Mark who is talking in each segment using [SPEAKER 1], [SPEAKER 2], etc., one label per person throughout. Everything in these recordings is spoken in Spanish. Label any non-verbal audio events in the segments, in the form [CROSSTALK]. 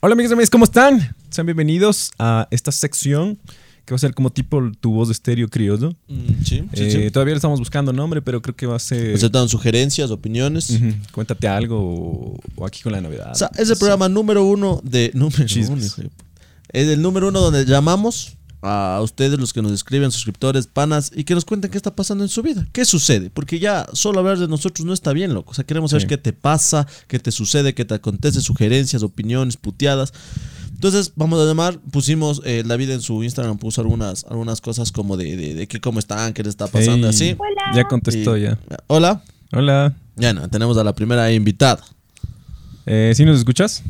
[SPEAKER 1] Hola amigos y amigas, ¿cómo están? Sean bienvenidos a esta sección que va a ser como tipo tu voz de estéreo criollo.
[SPEAKER 2] Mm, Sí, sí,
[SPEAKER 1] Eh,
[SPEAKER 2] sí.
[SPEAKER 1] Todavía le estamos buscando nombre, pero creo que va a ser...
[SPEAKER 2] Aceptaron sugerencias, opiniones.
[SPEAKER 1] Ujú, cuéntate algo o, o aquí con la novedad.
[SPEAKER 2] O sea, es el programa número uno de. [LAUGHS] Número
[SPEAKER 1] Chismes.
[SPEAKER 2] uno, hijo de puta. Es el número uno donde llamamos a ustedes, los que nos escriben, suscriptores, panas, y que nos cuenten qué está pasando en su vida. ¿Qué sucede? Porque ya solo hablar de nosotros no está bien, loco. O sea, queremos saber
[SPEAKER 1] Sí.
[SPEAKER 2] qué te pasa, qué te sucede, qué te acontece, sugerencias, opiniones, puteadas. Entonces, vamos a llamar, pusimos, eh, David en su Instagram puso algunas, algunas cosas como de, de, de que cómo están, qué les está pasando,
[SPEAKER 1] Ey,
[SPEAKER 2] así.
[SPEAKER 1] Ya contestó
[SPEAKER 2] Y-
[SPEAKER 1] ya.
[SPEAKER 2] Hola.
[SPEAKER 1] Hola.
[SPEAKER 2] Ya no, tenemos a la primera invitada.
[SPEAKER 1] Eh, ¿Sí nos escuchas?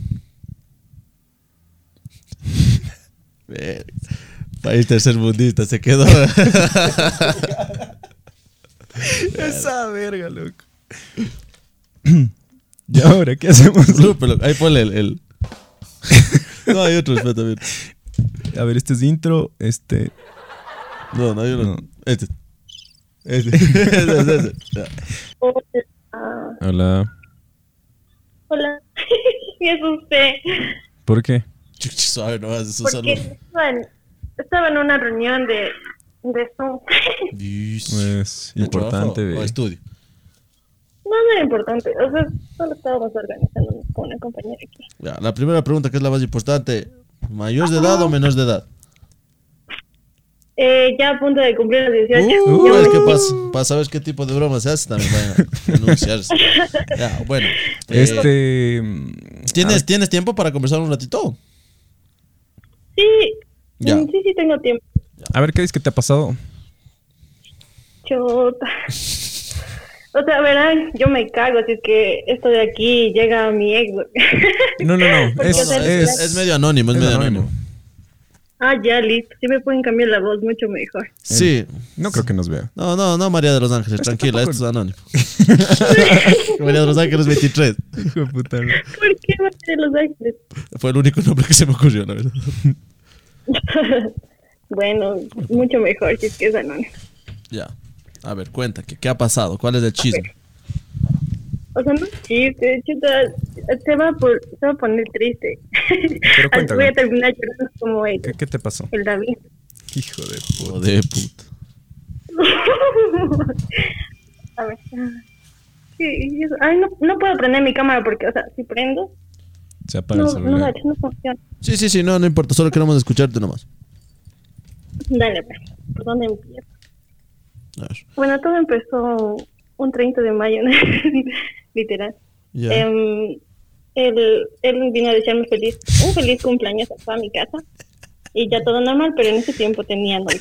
[SPEAKER 2] Ver- País tercermundista
[SPEAKER 1] [LAUGHS]
[SPEAKER 2] se quedó. [LAUGHS]
[SPEAKER 1] Esa verga, loco. [CLEARS THROAT] ¿Y ahora qué hacemos?
[SPEAKER 2] Lupe, loco. Ahí ponle el. el- [LAUGHS] No, hay otro, espera también.
[SPEAKER 1] A ver, este es intro, este...
[SPEAKER 2] No, no hay uno.
[SPEAKER 1] No.
[SPEAKER 2] Este.
[SPEAKER 1] [LAUGHS]
[SPEAKER 2] Este. [LAUGHS] Ese, ese, ese. Ya.
[SPEAKER 3] Hola.
[SPEAKER 1] Hola.
[SPEAKER 3] Hola. [LAUGHS] Me asusté.
[SPEAKER 1] ¿Por qué?
[SPEAKER 2] Chuch, Suave, no vas a
[SPEAKER 3] Porque
[SPEAKER 2] salud.
[SPEAKER 3] estaba en, estaba en una reunión de, de Zoom. [LAUGHS]
[SPEAKER 2] Dios.
[SPEAKER 1] Es Eh, Pues importante.
[SPEAKER 2] ¿Trabajo
[SPEAKER 1] ve.
[SPEAKER 2] O estudio.
[SPEAKER 3] No, no era importante. O sea, solo estábamos organizando con una compañera aquí.
[SPEAKER 2] Ya, la primera pregunta, que es la más importante: ¿mayor de edad o menor de edad?
[SPEAKER 3] Eh, ya a punto de cumplir los 18.
[SPEAKER 2] Uh,
[SPEAKER 3] Ya
[SPEAKER 2] es
[SPEAKER 3] me-
[SPEAKER 2] que pasa. Para saber qué tipo de broma se hace, también van
[SPEAKER 1] [LAUGHS]
[SPEAKER 2] a denunciarse. Ya, bueno. eh,
[SPEAKER 1] Este... mm,
[SPEAKER 2] ¿tienes, ¿Tienes tiempo para conversar un ratito?
[SPEAKER 3] Sí,
[SPEAKER 2] Ya.
[SPEAKER 3] mm, sí, sí tengo tiempo.
[SPEAKER 1] A ver, ¿qué dices que te ha pasado?
[SPEAKER 3] Chota. O sea, verán, yo me cago si es que esto de aquí llega a mi ex.
[SPEAKER 1] No, no, no.
[SPEAKER 3] [LAUGHS] Porque,
[SPEAKER 1] Es,
[SPEAKER 3] o sea,
[SPEAKER 1] es-
[SPEAKER 2] es medio anónimo, es,
[SPEAKER 1] es
[SPEAKER 2] medio
[SPEAKER 1] anónimo.
[SPEAKER 2] anónimo.
[SPEAKER 3] Ah, ya, listo. Sí me pueden cambiar la voz mucho mejor.
[SPEAKER 2] Sí.
[SPEAKER 1] No creo que nos vea.
[SPEAKER 2] No, no, no, María de los Ángeles, tranquila,
[SPEAKER 1] tampoco-
[SPEAKER 2] esto es anónimo.
[SPEAKER 1] [LAUGHS]
[SPEAKER 2] María de los Ángeles 23.
[SPEAKER 1] Hijo de puta.
[SPEAKER 3] ¿Por qué va a ser Los Ángeles?
[SPEAKER 2] Fue el único nombre que se me ocurrió, la verdad.
[SPEAKER 3] [LAUGHS] bueno, mucho mejor si es que es anónimo.
[SPEAKER 2] Ya. A ver, cuenta, ¿qué, qué ha pasado? ¿Cuál es el chisme?
[SPEAKER 3] O sea, no es chiste, chuta, se va, a por- se va a poner triste. [LAUGHS]
[SPEAKER 1] Pero cuéntame.
[SPEAKER 3] Voy a terminar llorando como el,
[SPEAKER 1] ¿Qué, qué te pasó?
[SPEAKER 3] el David. [LAUGHS]
[SPEAKER 1] Hijo de puta.
[SPEAKER 2] Joder, puta.
[SPEAKER 3] a ver. Sí, es- ay, no, no puedo prender mi cámara porque, o sea, si prendo,
[SPEAKER 1] Se apaga
[SPEAKER 3] no,
[SPEAKER 1] el
[SPEAKER 3] no,
[SPEAKER 1] celular.
[SPEAKER 3] gacho, no funciona.
[SPEAKER 2] Sí, sí, sí, no, no importa, solo queremos escucharte nomás.
[SPEAKER 3] Dale, pues, ¿por dónde empiezo?
[SPEAKER 2] A ver.
[SPEAKER 3] Bueno, todo empezó un 30 de mayo, [LAUGHS] literal.
[SPEAKER 2] Ya.
[SPEAKER 3] Em, él, él vino a desearme feliz, un feliz cumpleaños a mi casa y ya todo normal, pero en ese tiempo tenía novio.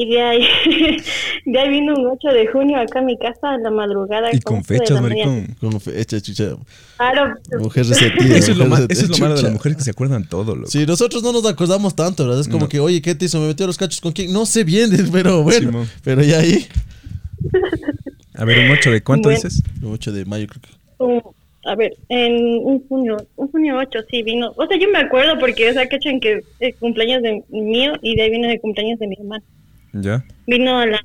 [SPEAKER 3] Y de ahí, [LAUGHS] de ahí vino un 8 de junio acá a mi casa a la madrugada.
[SPEAKER 1] Y con
[SPEAKER 3] como de
[SPEAKER 1] fechas,
[SPEAKER 3] la mañana.
[SPEAKER 1] maricón.
[SPEAKER 2] Como fecha, chucha.
[SPEAKER 3] Claro, pues,
[SPEAKER 2] Mujer resentida.
[SPEAKER 1] Eso es lo,
[SPEAKER 2] mujer
[SPEAKER 1] ma-
[SPEAKER 2] resentida,
[SPEAKER 1] eso es lo malo de las
[SPEAKER 2] chucha.
[SPEAKER 1] mujeres que se acuerdan todo, loco.
[SPEAKER 2] Sí, nosotros no nos acordamos tanto, ¿verdad? Es como que, oye, ¿qué te hizo? ¿Me metió los cachos con quién? No sé bien, [LAUGHS] pero bueno.
[SPEAKER 1] Simón.
[SPEAKER 2] pero ya ahí.
[SPEAKER 1] A ver, un 8 de cuánto
[SPEAKER 3] Bueno.
[SPEAKER 1] dices?
[SPEAKER 2] 8 de mayo, creo que.
[SPEAKER 3] [LAUGHS] un- a ver, en un junio, un junio 8 sí vino. O sea, yo me acuerdo porque, o sea, cachan que el cumpleaños de mío y de ahí vino el cumpleaños de mi hermano.
[SPEAKER 1] Ya.
[SPEAKER 3] Vino a la...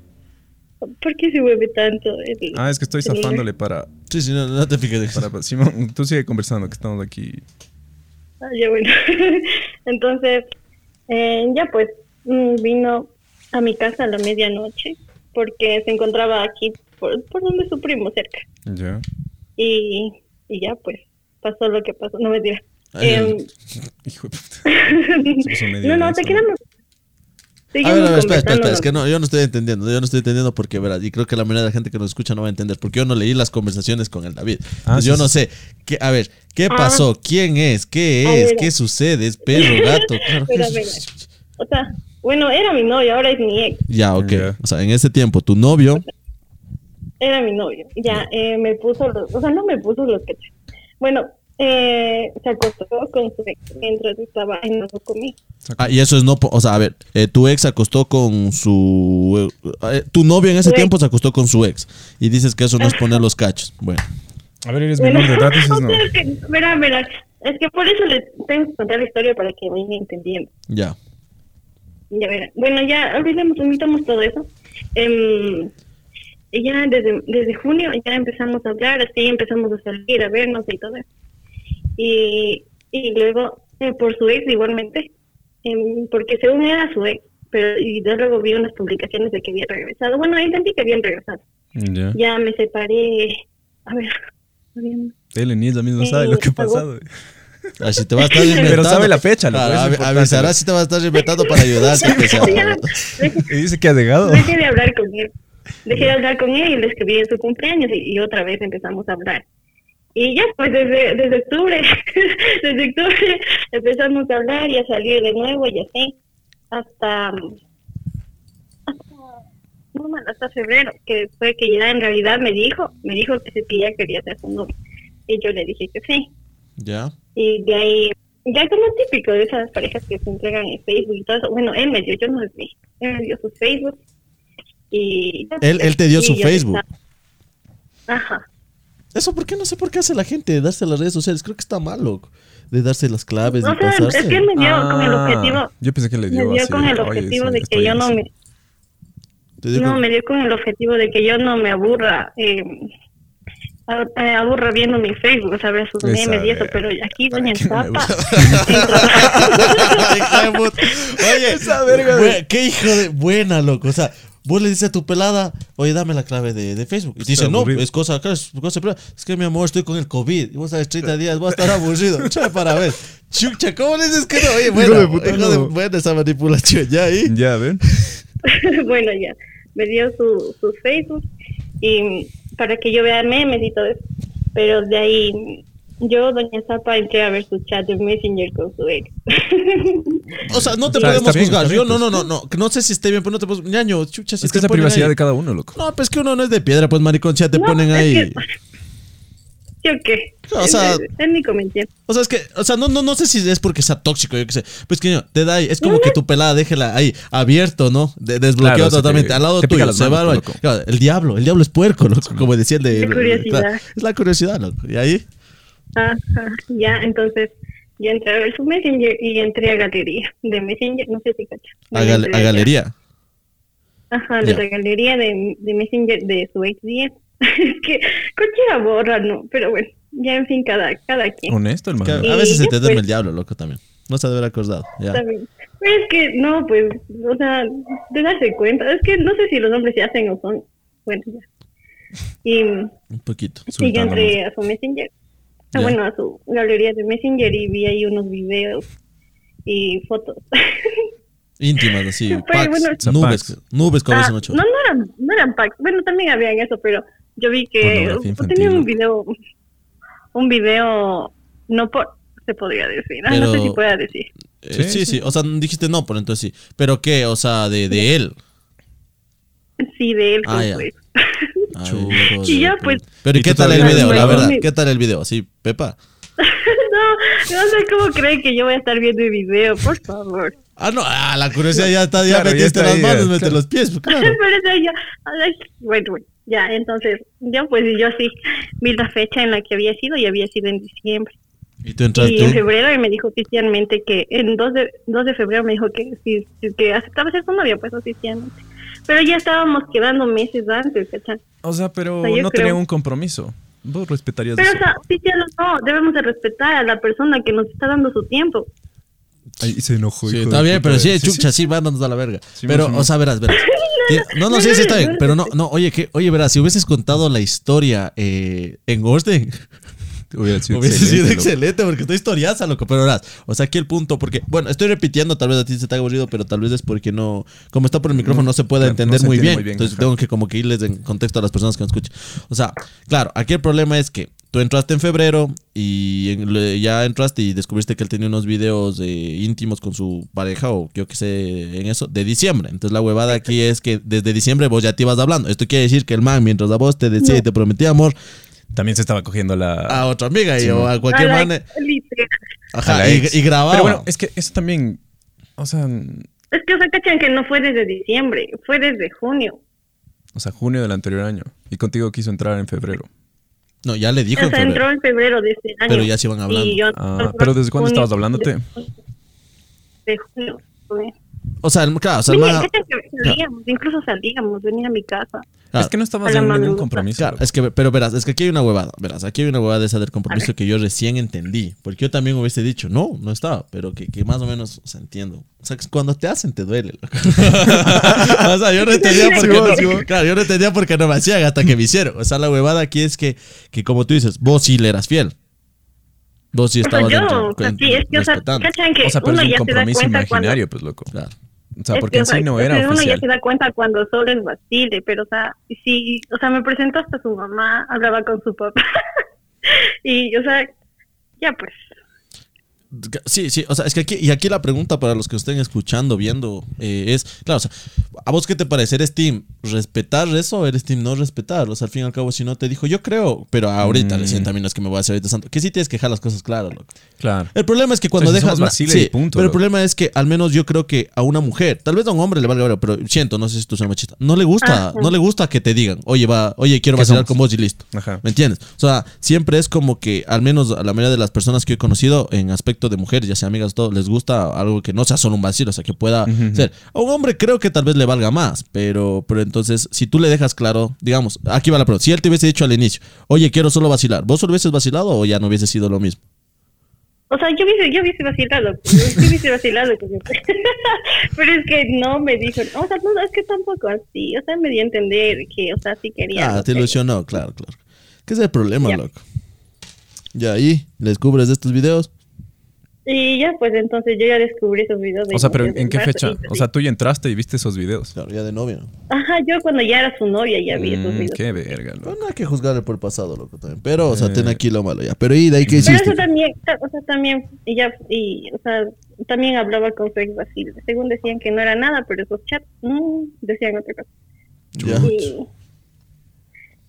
[SPEAKER 3] ¿Por qué se vuelve tanto? el-
[SPEAKER 1] Ah, es que estoy
[SPEAKER 3] el-
[SPEAKER 1] zafándole para.
[SPEAKER 2] Sí, sí, no, no te fijes.
[SPEAKER 1] para Simón, tú sigue conversando, que estamos aquí.
[SPEAKER 3] Ah, ya bueno. [LAUGHS] Entonces, eh, ya pues, mm, vino a mi casa a la medianoche porque se encontraba aquí por, por donde su primo cerca.
[SPEAKER 1] Ya.
[SPEAKER 3] Y, y ya pues, pasó lo que pasó. No me digas.
[SPEAKER 2] Ay,
[SPEAKER 3] [LAUGHS]
[SPEAKER 1] Hijo de puta. puso medio
[SPEAKER 3] no, no,
[SPEAKER 1] denso.
[SPEAKER 3] te quedamos.
[SPEAKER 2] A
[SPEAKER 3] Seguimos
[SPEAKER 2] ver, a ver, espera, espera,
[SPEAKER 3] conversando,
[SPEAKER 2] espera, es
[SPEAKER 3] ¿no?
[SPEAKER 2] que no, yo no estoy entendiendo, yo no estoy entendiendo porque, verás, y creo que la mayoría de la gente que nos escucha no va a entender, porque yo no leí las conversaciones con el David.
[SPEAKER 1] Ah,
[SPEAKER 2] Entonces,
[SPEAKER 1] sí,
[SPEAKER 2] yo
[SPEAKER 1] sí.
[SPEAKER 2] no sé, qué, a ver, ¿qué
[SPEAKER 3] Ah.
[SPEAKER 2] pasó? ¿Quién es?
[SPEAKER 3] A
[SPEAKER 2] ¿Qué es?
[SPEAKER 3] ver.
[SPEAKER 2] ¿Qué sucede? ¿Es
[SPEAKER 3] [LAUGHS]
[SPEAKER 2] perro, gato? Claro,
[SPEAKER 3] Mira,
[SPEAKER 2] ¿qué
[SPEAKER 3] mira.
[SPEAKER 2] es?
[SPEAKER 3] O sea, bueno, era mi novio, ahora es mi ex.
[SPEAKER 2] Ya, ok.
[SPEAKER 1] Ya.
[SPEAKER 2] O sea, en ese tiempo, tu novio,
[SPEAKER 3] Era mi novio. Ya, eh, me puso los, o sea, no me puso los cachos. Bueno, eh, se acostó con su ex mientras estaba enojado conmigo.
[SPEAKER 2] ah, y eso es no, po- o sea, a ver, eh, tu ex se acostó con su, eh, tu novio en ese
[SPEAKER 3] Su ex.
[SPEAKER 2] tiempo se acostó con su ex, y dices que eso no es poner los cachos. Bueno,
[SPEAKER 1] A ver, eres menor de edad, dices no.
[SPEAKER 3] o sea, que- verá, verá. Es que por eso les tengo que contar la historia para que vayan entendiendo.
[SPEAKER 2] ya.
[SPEAKER 3] Ya verá. Bueno, ya olvidemos, invitamos todo eso. Em, y ya desde, desde junio ya empezamos a hablar, así empezamos a salir, a vernos y todo eso. Y Y luego, eh, por su ex igualmente, em, porque según era su ex, pero y yo luego vi unas publicaciones de que había regresado. Bueno, ahí entendí que habían regresado.
[SPEAKER 1] Ya.
[SPEAKER 3] Ya me separé. A ver, habían-
[SPEAKER 1] Ellen y ella misma sabe lo que ha pasado. [LAUGHS]
[SPEAKER 2] Ah, si te [LAUGHS] vas a estar inventando.
[SPEAKER 1] Pero sabe la fecha, lo cual
[SPEAKER 2] Claro,
[SPEAKER 1] es
[SPEAKER 2] av-
[SPEAKER 1] importante.
[SPEAKER 2] avisarás si te vas a estar inventando [LAUGHS] para ayudarte. que sea,
[SPEAKER 3] [LAUGHS] Ya,
[SPEAKER 1] Y dice que ha llegado.
[SPEAKER 3] Dejé de hablar con él. Dejé de hablar con él y le escribí en su cumpleaños y, y otra vez empezamos a hablar. Y ya, pues desde, desde octubre, [LAUGHS] desde octubre empezamos a hablar y a salir de nuevo y así, hasta, hasta, no, mal, hasta febrero, que fue que ya en realidad me dijo, me dijo que sí, que ya quería ser su novio. Y yo le dije que sí.
[SPEAKER 2] ya.
[SPEAKER 3] Y de ahí, ya como típico de esas parejas que se entregan en Facebook y todo eso. Bueno, él me dio, yo no le di. Él me dio su Facebook. Y.
[SPEAKER 2] Él- él te dio
[SPEAKER 3] y
[SPEAKER 2] su
[SPEAKER 3] yo
[SPEAKER 2] Facebook.
[SPEAKER 3] estaba- Ajá.
[SPEAKER 2] Eso, ¿por qué? No sé por qué hace la gente de darse las redes sociales. Creo que está mal, loco. De darse las claves,
[SPEAKER 3] O
[SPEAKER 2] Pues de
[SPEAKER 3] sea,
[SPEAKER 2] pasarse.
[SPEAKER 3] es que él me dio con el
[SPEAKER 1] Ah,
[SPEAKER 3] objetivo.
[SPEAKER 1] Yo pensé que le
[SPEAKER 3] Me
[SPEAKER 1] dio,
[SPEAKER 3] dio
[SPEAKER 1] así
[SPEAKER 3] con el
[SPEAKER 1] "Oye,
[SPEAKER 3] objetivo
[SPEAKER 1] sí,
[SPEAKER 3] de que
[SPEAKER 1] estoy
[SPEAKER 3] yo
[SPEAKER 1] en
[SPEAKER 3] no
[SPEAKER 1] eso".
[SPEAKER 3] me.
[SPEAKER 2] Te digo- [LAUGHS]
[SPEAKER 3] No, me dio con el objetivo de que yo no me aburra. Eh, a- eh, aburra viendo mi Facebook, saber sus
[SPEAKER 1] Esa
[SPEAKER 3] memes y eso,
[SPEAKER 1] verga,
[SPEAKER 3] pero aquí
[SPEAKER 1] ¿para
[SPEAKER 3] doña
[SPEAKER 1] qué no me
[SPEAKER 3] Zapa.
[SPEAKER 2] [LAUGHS] Hija de puta. Oye,
[SPEAKER 1] Esa verga de-
[SPEAKER 2] bue- qué hijo de buena, loco. O sea, vos le dices a tu pelada, oye, dame la clave de, de Facebook. Y te dice,
[SPEAKER 1] Está
[SPEAKER 2] no,
[SPEAKER 1] aburrido.
[SPEAKER 2] es cosa, claro, es cosa privada. Es que mi amor, estoy con el COVID. Y vos sabes, 30 días, voy a estar [LAUGHS] aburrido. Chao, para ver. Chucha, ¿cómo le dices que no? Oye, bueno,
[SPEAKER 1] Hijo
[SPEAKER 2] hijo
[SPEAKER 1] de puta,
[SPEAKER 2] de
[SPEAKER 1] no.
[SPEAKER 2] buena esa manipulación. Ya ahí.
[SPEAKER 1] [LAUGHS] Ya, ven.
[SPEAKER 3] [LAUGHS] bueno, ya, me dio su, su Facebook y para que yo vea memes y todo eso. Pero de ahí, yo, Doña Zapa, entré a ver su chat de Messenger con su ex.
[SPEAKER 2] O sea, no te
[SPEAKER 1] O sea, está
[SPEAKER 2] podemos
[SPEAKER 1] bien,
[SPEAKER 2] juzgar.
[SPEAKER 1] está
[SPEAKER 2] Yo
[SPEAKER 1] bien,
[SPEAKER 2] no, no,
[SPEAKER 1] pues.
[SPEAKER 2] no, no. No sé si esté bien, pero no te podemos. Ñaño, chucha, si
[SPEAKER 1] Es que es
[SPEAKER 2] te
[SPEAKER 1] la
[SPEAKER 2] ponen
[SPEAKER 1] privacidad
[SPEAKER 2] ahí.
[SPEAKER 1] de cada uno, loco.
[SPEAKER 2] No, pues que uno no es de piedra, pues maricón, ya te
[SPEAKER 3] [LAUGHS] No,
[SPEAKER 2] ponen
[SPEAKER 3] es
[SPEAKER 2] ahí.
[SPEAKER 3] que- ¿Sí o qué?
[SPEAKER 2] O sea-
[SPEAKER 3] Es- es mi comentario.
[SPEAKER 2] O sea, es que, o sea, no, no, no sé si es porque sea tóxico, yo qué sé. Pues que no, te da ahí, es como
[SPEAKER 3] No, no.
[SPEAKER 2] que tu pelada déjela ahí, abierto, ¿no? De- desbloqueado
[SPEAKER 1] Claro, o sea,
[SPEAKER 2] totalmente,
[SPEAKER 1] te-
[SPEAKER 2] al lado
[SPEAKER 1] te pica
[SPEAKER 2] tuyo,
[SPEAKER 1] las
[SPEAKER 2] se
[SPEAKER 1] manos,
[SPEAKER 2] va,
[SPEAKER 1] pues,
[SPEAKER 2] al-
[SPEAKER 1] loco.
[SPEAKER 2] claro, El diablo, el diablo es puerco, loco, como decía el de.
[SPEAKER 3] La curiosidad.
[SPEAKER 2] claro, es la curiosidad, loco. Y ahí,
[SPEAKER 3] Ajá, ya, entonces, yo entré a ver su Messenger y entré a galería de Messenger, no sé si cacha.
[SPEAKER 2] a,
[SPEAKER 3] Bueno,
[SPEAKER 2] gal-
[SPEAKER 3] entré
[SPEAKER 2] a
[SPEAKER 3] allá.
[SPEAKER 2] galería.
[SPEAKER 3] Ajá, de
[SPEAKER 2] Ya.
[SPEAKER 3] la galería de, de Messenger de su ex 10. [LAUGHS] es que cochera borra, no, pero bueno, ya en fin, cada, cada quien.
[SPEAKER 1] Honesto,
[SPEAKER 2] Que
[SPEAKER 1] hermano.
[SPEAKER 2] a veces se
[SPEAKER 3] ya,
[SPEAKER 2] te duerme
[SPEAKER 3] pues.
[SPEAKER 2] el diablo, loco, también. No se debe haber acordado. Ya.
[SPEAKER 3] Está bien. Pero es que no, pues, o sea, de darse cuenta, es que no sé si los hombres se hacen o son. Bueno, ya.
[SPEAKER 2] [LAUGHS]
[SPEAKER 3] Y,
[SPEAKER 2] Un poquito.
[SPEAKER 3] y yo
[SPEAKER 1] Sultana,
[SPEAKER 3] entré a su Messenger, Ah,
[SPEAKER 2] Ya.
[SPEAKER 3] bueno, a su galería de Messenger y vi ahí unos videos y fotos. [LAUGHS]
[SPEAKER 2] Íntimas, así,
[SPEAKER 3] Pero
[SPEAKER 2] packs,
[SPEAKER 3] bueno,
[SPEAKER 1] sea,
[SPEAKER 2] nubes,
[SPEAKER 1] packs.
[SPEAKER 2] nubes como
[SPEAKER 3] Ah,
[SPEAKER 2] dicen ocho.
[SPEAKER 3] no, no eran, no eran packs. Bueno, también habían eso, pero yo vi que
[SPEAKER 1] Pornografía infantil,
[SPEAKER 3] tenía un
[SPEAKER 1] loco.
[SPEAKER 3] video, un video, no por, se podría decir, Ah, no sé
[SPEAKER 2] Pero-
[SPEAKER 3] si pueda decir.
[SPEAKER 2] Eh,
[SPEAKER 1] Sí,
[SPEAKER 2] sí, sí,
[SPEAKER 1] sí.
[SPEAKER 2] o sea, dijiste no, pero entonces sí. ¿Pero qué? O sea, de, de él.
[SPEAKER 3] Sí, de él,
[SPEAKER 2] Ah,
[SPEAKER 3] pues,
[SPEAKER 2] ya.
[SPEAKER 3] pues.
[SPEAKER 2] Ay,
[SPEAKER 1] Chulo.
[SPEAKER 2] hijo
[SPEAKER 3] Y
[SPEAKER 2] de
[SPEAKER 3] ya,
[SPEAKER 2] puta.
[SPEAKER 3] pues-
[SPEAKER 2] Pero
[SPEAKER 1] Y
[SPEAKER 2] ¿y qué
[SPEAKER 1] tú
[SPEAKER 2] tal el
[SPEAKER 1] todavía-
[SPEAKER 2] video? La
[SPEAKER 3] Bueno,
[SPEAKER 2] verdad,
[SPEAKER 3] mi-
[SPEAKER 2] ¿qué tal el video? Así, Pepa.
[SPEAKER 3] [LAUGHS] no, no sé cómo creen que yo voy a estar viendo el video, por favor.
[SPEAKER 2] Ah, no, ah, la curiosidad ya está, ya
[SPEAKER 1] Claro, ya
[SPEAKER 2] metiste
[SPEAKER 1] está
[SPEAKER 2] las
[SPEAKER 1] ahí, ya,
[SPEAKER 2] manos, mete
[SPEAKER 1] claro.
[SPEAKER 2] los pies, pues, claro.
[SPEAKER 3] [LAUGHS] Pero eso ya, ay, bueno, bueno, ya, entonces, yo pues yo sí vi la fecha en la que había sido y había sido en diciembre.
[SPEAKER 2] Y tú entraste.
[SPEAKER 3] Y en febrero él me dijo oficialmente que, en 2 de, 2 de febrero me dijo que si, si- que aceptaba ser su novia, pues oficialmente. Pero ya estábamos quedando meses antes, ¿cachai?
[SPEAKER 1] O sea, pero
[SPEAKER 3] O sea, yo
[SPEAKER 1] no
[SPEAKER 3] creo-
[SPEAKER 1] tenían un compromiso. Vos respetarías
[SPEAKER 3] Pero,
[SPEAKER 1] eso.
[SPEAKER 3] o sea, oficial o no, debemos de respetar a la persona que nos está dando su tiempo.
[SPEAKER 1] Ay, se enojó.
[SPEAKER 2] Sí,
[SPEAKER 1] hijo de
[SPEAKER 2] está bien,
[SPEAKER 1] puta,
[SPEAKER 2] pero
[SPEAKER 1] eh.
[SPEAKER 2] sí, chucha, sí, mándanos a la verga.
[SPEAKER 1] Sí,
[SPEAKER 2] pero,
[SPEAKER 1] Simón,
[SPEAKER 2] o sea, verás,
[SPEAKER 3] [LAUGHS]
[SPEAKER 2] verás. Ti- No, no,
[SPEAKER 3] no,
[SPEAKER 2] sí,
[SPEAKER 3] no,
[SPEAKER 2] sí, está
[SPEAKER 3] no,
[SPEAKER 2] bien.
[SPEAKER 3] no.
[SPEAKER 2] Pero no, no, oye, que, oye, verás, si hubieses contado la historia eh, en orden,
[SPEAKER 1] Hubiera sido
[SPEAKER 2] hubiese sido
[SPEAKER 1] excelente, loco.
[SPEAKER 2] excelente, porque estoy historiaza, loco. Pero verás, o sea, aquí el punto, porque, bueno, estoy repitiendo, tal vez a ti se te ha aburrido, pero tal vez es porque no, como está por el micrófono, no se puede
[SPEAKER 1] claro,
[SPEAKER 2] entender
[SPEAKER 1] no se
[SPEAKER 2] muy,
[SPEAKER 1] entiende
[SPEAKER 2] bien.
[SPEAKER 1] muy bien,
[SPEAKER 2] Entonces
[SPEAKER 1] ajá.
[SPEAKER 2] tengo que como que irles en contexto a las personas que nos escuchan. O sea, claro, aquí el problema es que tú entraste en febrero y en- le- ya entraste y descubriste que él tenía unos videos eh, íntimos con su pareja o yo qué sé, en eso, de diciembre. Entonces la huevada aquí es que desde diciembre vos ya te ibas hablando. Esto quiere decir que el man, mientras a vos te decía y te prometía amor,
[SPEAKER 1] También se estaba cogiendo
[SPEAKER 2] a
[SPEAKER 3] Ah,
[SPEAKER 1] la.
[SPEAKER 2] otra amiga y
[SPEAKER 1] Sí,
[SPEAKER 2] o
[SPEAKER 1] ¿no?
[SPEAKER 2] Pues, a cualquier
[SPEAKER 3] A la-
[SPEAKER 2] man...
[SPEAKER 3] literal.
[SPEAKER 1] a
[SPEAKER 2] Ajá,
[SPEAKER 1] la
[SPEAKER 2] y,
[SPEAKER 1] ex.
[SPEAKER 2] y grababa.
[SPEAKER 1] Pero bueno, es que eso también. O sea,
[SPEAKER 3] Es que, o sea, cachan que no fue desde diciembre, fue desde junio.
[SPEAKER 1] o sea, junio del anterior año. Y contigo quiso entrar en febrero.
[SPEAKER 2] no, ya le dijo
[SPEAKER 3] O
[SPEAKER 2] en
[SPEAKER 3] sea, entró
[SPEAKER 2] febrero.
[SPEAKER 3] en febrero de este año.
[SPEAKER 2] Pero ya se iban hablando.
[SPEAKER 3] Y yo-
[SPEAKER 1] Ah, pero ¿desde cuándo estabas hablándote?
[SPEAKER 3] De junio.
[SPEAKER 2] O sea, el- claro, o sea, el
[SPEAKER 3] Mira,
[SPEAKER 2] man-
[SPEAKER 3] ¿qué tal que salíamos? Incluso salíamos, venía a mi casa.
[SPEAKER 2] Claro.
[SPEAKER 1] Es que no estabas
[SPEAKER 3] Hola,
[SPEAKER 1] en ningún
[SPEAKER 3] madruga.
[SPEAKER 1] compromiso.
[SPEAKER 2] Claro,
[SPEAKER 1] loco.
[SPEAKER 2] es que, pero verás, es que aquí hay una huevada, verás, aquí hay una huevada de esa del compromiso que yo recién entendí, porque yo también hubiese dicho, no, no estaba, pero que, que más o menos o sea, entiendo. O sea, que cuando te hacen te duele. loco. [LAUGHS] o sea, yo no entendía porque no, claro, yo no entendía porque no me hacían hasta que me hicieron. O sea, la huevada aquí es que, que como tú dices, vos sí le eras fiel. Vos sí
[SPEAKER 3] O sea,
[SPEAKER 2] estabas
[SPEAKER 3] Pues yo,
[SPEAKER 2] dentro-
[SPEAKER 3] o sea,
[SPEAKER 2] con-
[SPEAKER 3] sí, es que, o sea,
[SPEAKER 2] respetando.
[SPEAKER 3] cachan que
[SPEAKER 1] pues, o sea, pero
[SPEAKER 3] uno
[SPEAKER 1] es un
[SPEAKER 3] ya se da
[SPEAKER 1] compromiso
[SPEAKER 3] cuenta cuando...
[SPEAKER 1] imaginario, pues loco.
[SPEAKER 2] Claro.
[SPEAKER 1] O sea,
[SPEAKER 3] es
[SPEAKER 1] porque
[SPEAKER 3] que,
[SPEAKER 1] en
[SPEAKER 3] o sea,
[SPEAKER 1] sí no
[SPEAKER 3] es
[SPEAKER 1] era
[SPEAKER 3] que Uno ya
[SPEAKER 1] oficial.
[SPEAKER 3] se da cuenta cuando solo es Basile, pero, o sea, sí, o sea, me presentó hasta su mamá, hablaba con su papá. [LAUGHS] y, o sea, ya pues.
[SPEAKER 2] Sí, sí, o sea, es que aquí, y aquí la pregunta para los que estén escuchando, viendo, eh, es, claro, o sea, ¿a vos qué te parece? ¿Eres team respetar eso o eres team no respetar? O sea, al fin y al cabo, si no te dijo, yo creo, pero ahorita,
[SPEAKER 1] Mm.
[SPEAKER 2] recién también no es que me voy a hacer ahorita santo, que sí tienes que dejar las cosas claras, loco.
[SPEAKER 1] Claro.
[SPEAKER 2] El problema es que cuando
[SPEAKER 1] O sea, si
[SPEAKER 2] dejas.
[SPEAKER 1] somos
[SPEAKER 2] la-
[SPEAKER 1] Basile
[SPEAKER 2] sí,
[SPEAKER 1] y punto,
[SPEAKER 2] pero el
[SPEAKER 1] loco.
[SPEAKER 2] problema es que al menos yo creo que a una mujer, tal vez a un hombre le valga, verga, pero siento, no sé si tú eres machista, no le gusta,
[SPEAKER 3] Ajá.
[SPEAKER 2] no le gusta que te digan, oye, va, oye, quiero
[SPEAKER 1] ¿Qué
[SPEAKER 2] vacilar
[SPEAKER 1] somos?
[SPEAKER 2] con vos y listo.
[SPEAKER 1] Ajá.
[SPEAKER 2] ¿Me entiendes? O sea, siempre es como que, al menos a la mayoría de las personas que he conocido en aspecto de mujeres, ya sea amigas, todo, les gusta algo que no sea solo un vacío, o sea, que pueda
[SPEAKER 1] Ujú.
[SPEAKER 2] ser. A un hombre creo que tal vez le valga más, pero, pero entonces, si tú le dejas claro, digamos, aquí va la pregunta, si él te hubiese dicho al inicio, oye, quiero solo vacilar, ¿vos solo hubieses vacilado o ya no hubiese sido lo mismo?
[SPEAKER 3] O sea, yo hubiese, yo hubiese vacilado, yo hubiese vacilado. con eso. [LAUGHS] pero es que no me dijo, o sea, no, es que tampoco así, o sea, me dio a entender que, o sea, sí quería.
[SPEAKER 2] Ah,
[SPEAKER 3] no
[SPEAKER 2] te
[SPEAKER 3] sé.
[SPEAKER 2] ilusionó, claro, claro. ¿Qué es el problema,
[SPEAKER 3] Ya.
[SPEAKER 2] loco? Y ahí, les cubres de estos videos.
[SPEAKER 3] Y ya, pues entonces yo ya descubrí esos videos. de
[SPEAKER 1] O sea, pero
[SPEAKER 3] Inés
[SPEAKER 1] ¿en qué
[SPEAKER 3] Brazo,
[SPEAKER 1] fecha?
[SPEAKER 3] y-
[SPEAKER 1] O sea, tú ya entraste y viste esos videos.
[SPEAKER 2] Claro, ya de novio, ¿no?
[SPEAKER 3] Ajá, yo cuando ya era su novia ya vi esos
[SPEAKER 1] Mm,
[SPEAKER 3] videos.
[SPEAKER 1] qué verga, loco.
[SPEAKER 2] Bueno, no hay que juzgarle por el pasado, loco, también. Pero, o sea, ten
[SPEAKER 1] Eh.
[SPEAKER 2] aquí lo malo ya. Pero, ¿y de ahí qué
[SPEAKER 3] Pero
[SPEAKER 2] hiciste?
[SPEAKER 3] eso también, o sea, también, y ya, y, o sea, también hablaba con su ex Basile. Según decían que no era nada, pero esos chats mm, decían otra cosa.
[SPEAKER 2] Ya.
[SPEAKER 3] Y,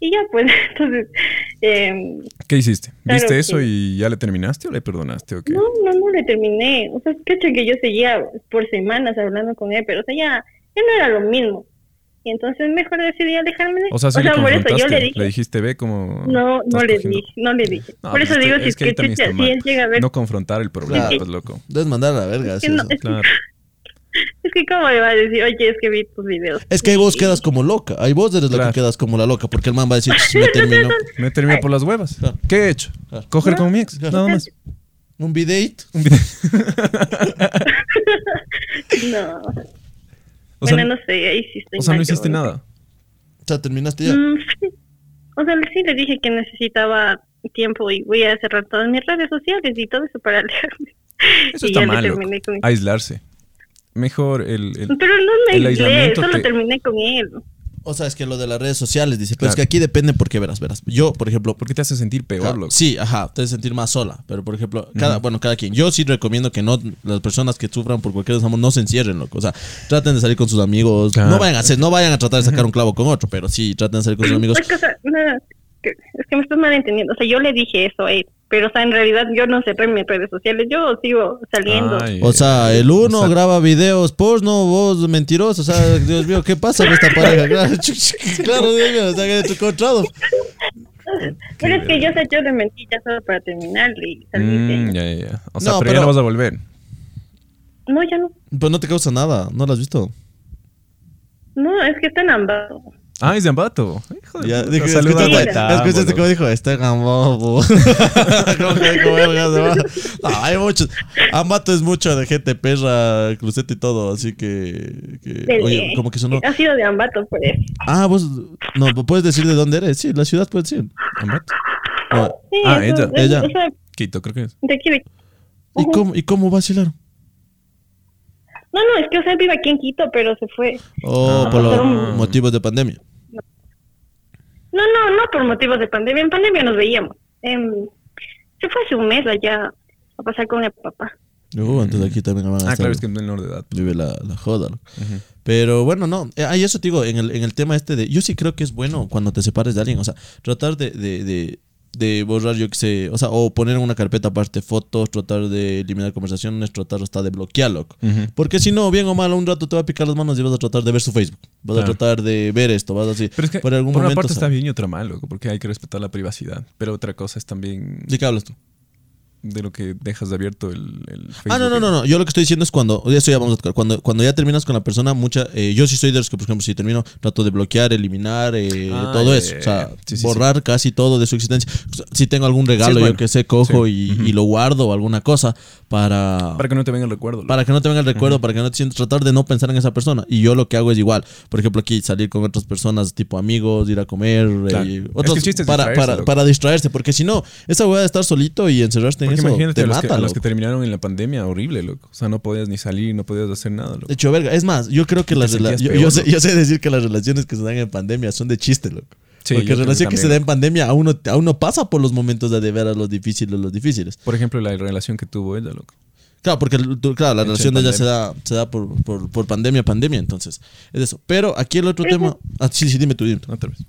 [SPEAKER 3] y ya, pues, [LAUGHS] entonces, eh,
[SPEAKER 1] ¿Qué hiciste?
[SPEAKER 3] Claro
[SPEAKER 1] ¿Viste
[SPEAKER 3] que-
[SPEAKER 1] eso y ya le terminaste o le perdonaste o qué?
[SPEAKER 3] no, no, no le terminé. O sea, cacho que yo seguía por semanas hablando con él, pero, o sea, ya, ya no era lo mismo. Y entonces mejor decidí alejarme de
[SPEAKER 1] O sea, sí le
[SPEAKER 3] por eso yo
[SPEAKER 1] confrontaste,
[SPEAKER 3] le
[SPEAKER 1] le,
[SPEAKER 3] dije.
[SPEAKER 1] dijiste, ve como...
[SPEAKER 3] no, no
[SPEAKER 1] estás
[SPEAKER 3] le
[SPEAKER 1] cogiendo".
[SPEAKER 3] dije, no le dije.
[SPEAKER 1] No,
[SPEAKER 3] por
[SPEAKER 1] pues
[SPEAKER 3] eso
[SPEAKER 1] es
[SPEAKER 3] digo,
[SPEAKER 1] que-
[SPEAKER 3] si
[SPEAKER 1] es que ahí también
[SPEAKER 3] chucha,
[SPEAKER 1] está mal.
[SPEAKER 3] si él llega a ver,
[SPEAKER 1] No confrontar el problema,
[SPEAKER 2] Claro.
[SPEAKER 1] pues loco.
[SPEAKER 2] Debes mandar a la verga.
[SPEAKER 3] Es
[SPEAKER 2] sí,
[SPEAKER 3] que no,
[SPEAKER 2] eso.
[SPEAKER 3] es-
[SPEAKER 1] Claro.
[SPEAKER 3] es que cómo le va a decir, oye, es que vi tus videos.
[SPEAKER 2] Es que ahí vos quedas como loca. Ahí vos eres la
[SPEAKER 1] Claro.
[SPEAKER 2] que quedas como la loca. Porque el man va a decir,
[SPEAKER 3] [LAUGHS]
[SPEAKER 2] "Ch, me terminó.
[SPEAKER 1] Me terminó por las huevas.
[SPEAKER 2] Claro.
[SPEAKER 1] ¿Qué he hecho?
[SPEAKER 2] Claro.
[SPEAKER 1] Coger
[SPEAKER 3] No,
[SPEAKER 1] con mi ex,
[SPEAKER 2] claro.
[SPEAKER 1] nada
[SPEAKER 3] [LAUGHS]
[SPEAKER 1] más.
[SPEAKER 2] Un videito.
[SPEAKER 1] Un video. [LAUGHS]
[SPEAKER 3] No,
[SPEAKER 1] O sea,
[SPEAKER 3] bueno, no sé, ahí sí estoy
[SPEAKER 1] o sea,
[SPEAKER 3] mal,
[SPEAKER 1] no hiciste
[SPEAKER 3] yo-
[SPEAKER 1] nada.
[SPEAKER 2] O sea, terminaste ya.
[SPEAKER 3] Mm, sí. O sea, sí le dije que necesitaba tiempo y voy a cerrar todas mis redes sociales y todo eso para [LAUGHS] alejarme.
[SPEAKER 1] Eso
[SPEAKER 3] Y
[SPEAKER 1] está
[SPEAKER 3] ya le
[SPEAKER 1] mal, loco.
[SPEAKER 3] terminé con-
[SPEAKER 1] Aislarse. Mejor el... el-
[SPEAKER 3] Pero no me
[SPEAKER 1] El
[SPEAKER 3] aislé,
[SPEAKER 1] aislamiento
[SPEAKER 3] solo
[SPEAKER 1] te-
[SPEAKER 3] terminé con él.
[SPEAKER 2] O sea, es que lo de las redes sociales, dice. Pero es
[SPEAKER 1] Claro.
[SPEAKER 2] que aquí depende porque verás, verás. Yo, por ejemplo,
[SPEAKER 1] ¿Por qué te hace sentir peor,
[SPEAKER 2] Claro,
[SPEAKER 1] loco?
[SPEAKER 2] Sí, ajá, te debes sentir más sola. Pero por ejemplo, cada, bueno, cada quien. Yo sí recomiendo que no las personas que sufran por cualquier desamor no se encierren, loco. O sea, traten de salir con sus amigos.
[SPEAKER 1] Claro.
[SPEAKER 2] No vayan a hacer, no vayan a tratar de sacar un clavo con otro, pero sí traten de salir con sus amigos.
[SPEAKER 3] Es que, o sea, no, que- es que me estás malentendiendo. O sea, yo le dije eso a él, pero o sea, en realidad yo no cerré mis redes sociales, yo sigo saliendo.
[SPEAKER 1] Ay,
[SPEAKER 2] O sea, el uno graba videos porno, vos mentiroso. O sea, Dios mío, ¿qué pasa con esta pareja? [LAUGHS] Claro, claro, Dios mío, o sea, que encontrado.
[SPEAKER 3] Pero es que yo, o sea, yo le mentí ya solo para terminarle y salir de
[SPEAKER 1] Mm,
[SPEAKER 3] ella.
[SPEAKER 1] ya, ya, ya. O sea,
[SPEAKER 2] No,
[SPEAKER 1] pero ya
[SPEAKER 2] pero-
[SPEAKER 1] no vas a volver.
[SPEAKER 3] No, ya no.
[SPEAKER 2] Pues no te causa nada, no lo has visto.
[SPEAKER 3] No, es que están ambas.
[SPEAKER 1] Ah, es de Ambato. Hijo de
[SPEAKER 2] Ya,
[SPEAKER 1] puta,
[SPEAKER 2] dije,
[SPEAKER 1] saluda a
[SPEAKER 2] escúchate,
[SPEAKER 1] Guaitamo,
[SPEAKER 2] escúchate
[SPEAKER 1] loco.
[SPEAKER 2] cómo dijo, este [LAUGHS] gambobo. Como que dijo, verga, se va. No, hay muchos. Ambato es mucho de gente perra, cruceta y todo, así que... que- Eh, oye, como que sonó...
[SPEAKER 3] Eh, Ha sido de ambato pues. por eso.
[SPEAKER 2] Ah, vos... No, puedes decir de dónde eres. Sí, la ciudad puedes decir.
[SPEAKER 1] ¿Ambato?
[SPEAKER 2] No,
[SPEAKER 3] Sí,
[SPEAKER 1] Ah,
[SPEAKER 3] eso-
[SPEAKER 1] ella,
[SPEAKER 3] es-
[SPEAKER 2] ella.
[SPEAKER 3] eso
[SPEAKER 1] Quito, creo que
[SPEAKER 2] Ah,
[SPEAKER 1] es.
[SPEAKER 3] de aquí, de-
[SPEAKER 2] ¿Y cómo, ¿Y cómo vacilaron?
[SPEAKER 3] No, no, es que, o sea, vive aquí en Quito, pero se fue.
[SPEAKER 2] Oh,
[SPEAKER 1] Ah.
[SPEAKER 2] por los
[SPEAKER 1] Ah.
[SPEAKER 2] motivos de pandemia.
[SPEAKER 3] No, no, no por motivos de pandemia. En pandemia nos veíamos. Em, se fue hace un mes allá a pasar con el papá.
[SPEAKER 2] Uh, entonces aquí también van a
[SPEAKER 1] Ah,
[SPEAKER 2] estar-
[SPEAKER 1] claro, es que es menor de edad.
[SPEAKER 2] vive la, la joda. ¿no? Pero bueno, no. eh, Ah, y eso te digo, en el, en el tema este de. Yo sí creo que es bueno cuando te separes de alguien. O sea, tratar de. de, de de borrar, yo que sé, o sea, o poner en una carpeta aparte fotos, tratar de eliminar conversaciones, tratar hasta de bloquear, loco.
[SPEAKER 1] Ujú.
[SPEAKER 2] Porque si no, bien o mal, un rato te va a picar las manos y vas a tratar de ver su Facebook, vas a
[SPEAKER 1] Claro.
[SPEAKER 2] tratar de ver esto, vas a decir,
[SPEAKER 1] Pero es que
[SPEAKER 2] por algún
[SPEAKER 1] una
[SPEAKER 2] momento...
[SPEAKER 1] parte
[SPEAKER 2] o sea,
[SPEAKER 1] está bien y otra mal, loco, porque hay que respetar la privacidad. Pero otra cosa es también
[SPEAKER 2] ¿De qué hablas tú?
[SPEAKER 1] de lo que dejas de abierto el, el Facebook.
[SPEAKER 2] Ah, no, no, no, no. Yo lo que estoy diciendo es cuando, eso ya vamos a tocar, cuando, cuando ya terminas con la persona, mucha, eh, yo sí soy de los que, por ejemplo, si termino, trato de bloquear, eliminar, eh,
[SPEAKER 1] Ah,
[SPEAKER 2] todo
[SPEAKER 1] ya,
[SPEAKER 2] eso.
[SPEAKER 1] ya,
[SPEAKER 2] O sea,
[SPEAKER 1] ya. Sí, sí,
[SPEAKER 2] borrar casi todo de su existencia. Si tengo algún regalo,
[SPEAKER 1] bueno.
[SPEAKER 2] yo que sé, cojo
[SPEAKER 1] Sí.
[SPEAKER 2] y, y lo guardo o alguna cosa para,
[SPEAKER 1] Para que no te venga el recuerdo. loco.
[SPEAKER 2] para que no te venga el recuerdo, para que no te sientas, tratar de no pensar en esa persona. Y yo lo que hago es igual. Por ejemplo, aquí salir con otras personas, tipo amigos, ir a comer,
[SPEAKER 1] Claro.
[SPEAKER 2] eh,
[SPEAKER 1] Es que
[SPEAKER 2] otros-
[SPEAKER 1] el chiste es
[SPEAKER 2] para,
[SPEAKER 1] distraerse,
[SPEAKER 2] para,
[SPEAKER 1] loco.
[SPEAKER 2] para distraerse. Porque si no, esa weá de estar solito y encerrarse en
[SPEAKER 1] Porque
[SPEAKER 2] eso
[SPEAKER 1] imagínate
[SPEAKER 2] te
[SPEAKER 1] a los,
[SPEAKER 2] mata.
[SPEAKER 1] que, a los
[SPEAKER 2] loco.
[SPEAKER 1] que terminaron en la pandemia, horrible, loco. O sea, no podías ni salir, no podías hacer nada, loco.
[SPEAKER 2] De hecho, verga. Es más, yo creo que
[SPEAKER 1] Te
[SPEAKER 2] las rela-
[SPEAKER 1] sentías
[SPEAKER 2] yo,
[SPEAKER 1] peor,
[SPEAKER 2] yo sé,
[SPEAKER 1] loco.
[SPEAKER 2] yo sé decir que las relaciones que se dan en pandemia son de chiste, loco.
[SPEAKER 1] Sí, yo
[SPEAKER 2] Porque
[SPEAKER 1] creo que
[SPEAKER 2] relación que se
[SPEAKER 1] también.
[SPEAKER 2] da en pandemia aún no, aún no pasa por los momentos de de veras los difíciles, los difíciles.
[SPEAKER 1] Por ejemplo, la relación que tuvo ella, loco.
[SPEAKER 2] Claro, porque el- tú- claro, la
[SPEAKER 1] Hecho
[SPEAKER 2] relación de
[SPEAKER 1] en
[SPEAKER 2] ella se da, se da por, por, por pandemia, pandemia, entonces. Es eso. Pero aquí el otro tema. Ah, sí, sí, dime tú, dime tú.
[SPEAKER 1] Otra vez.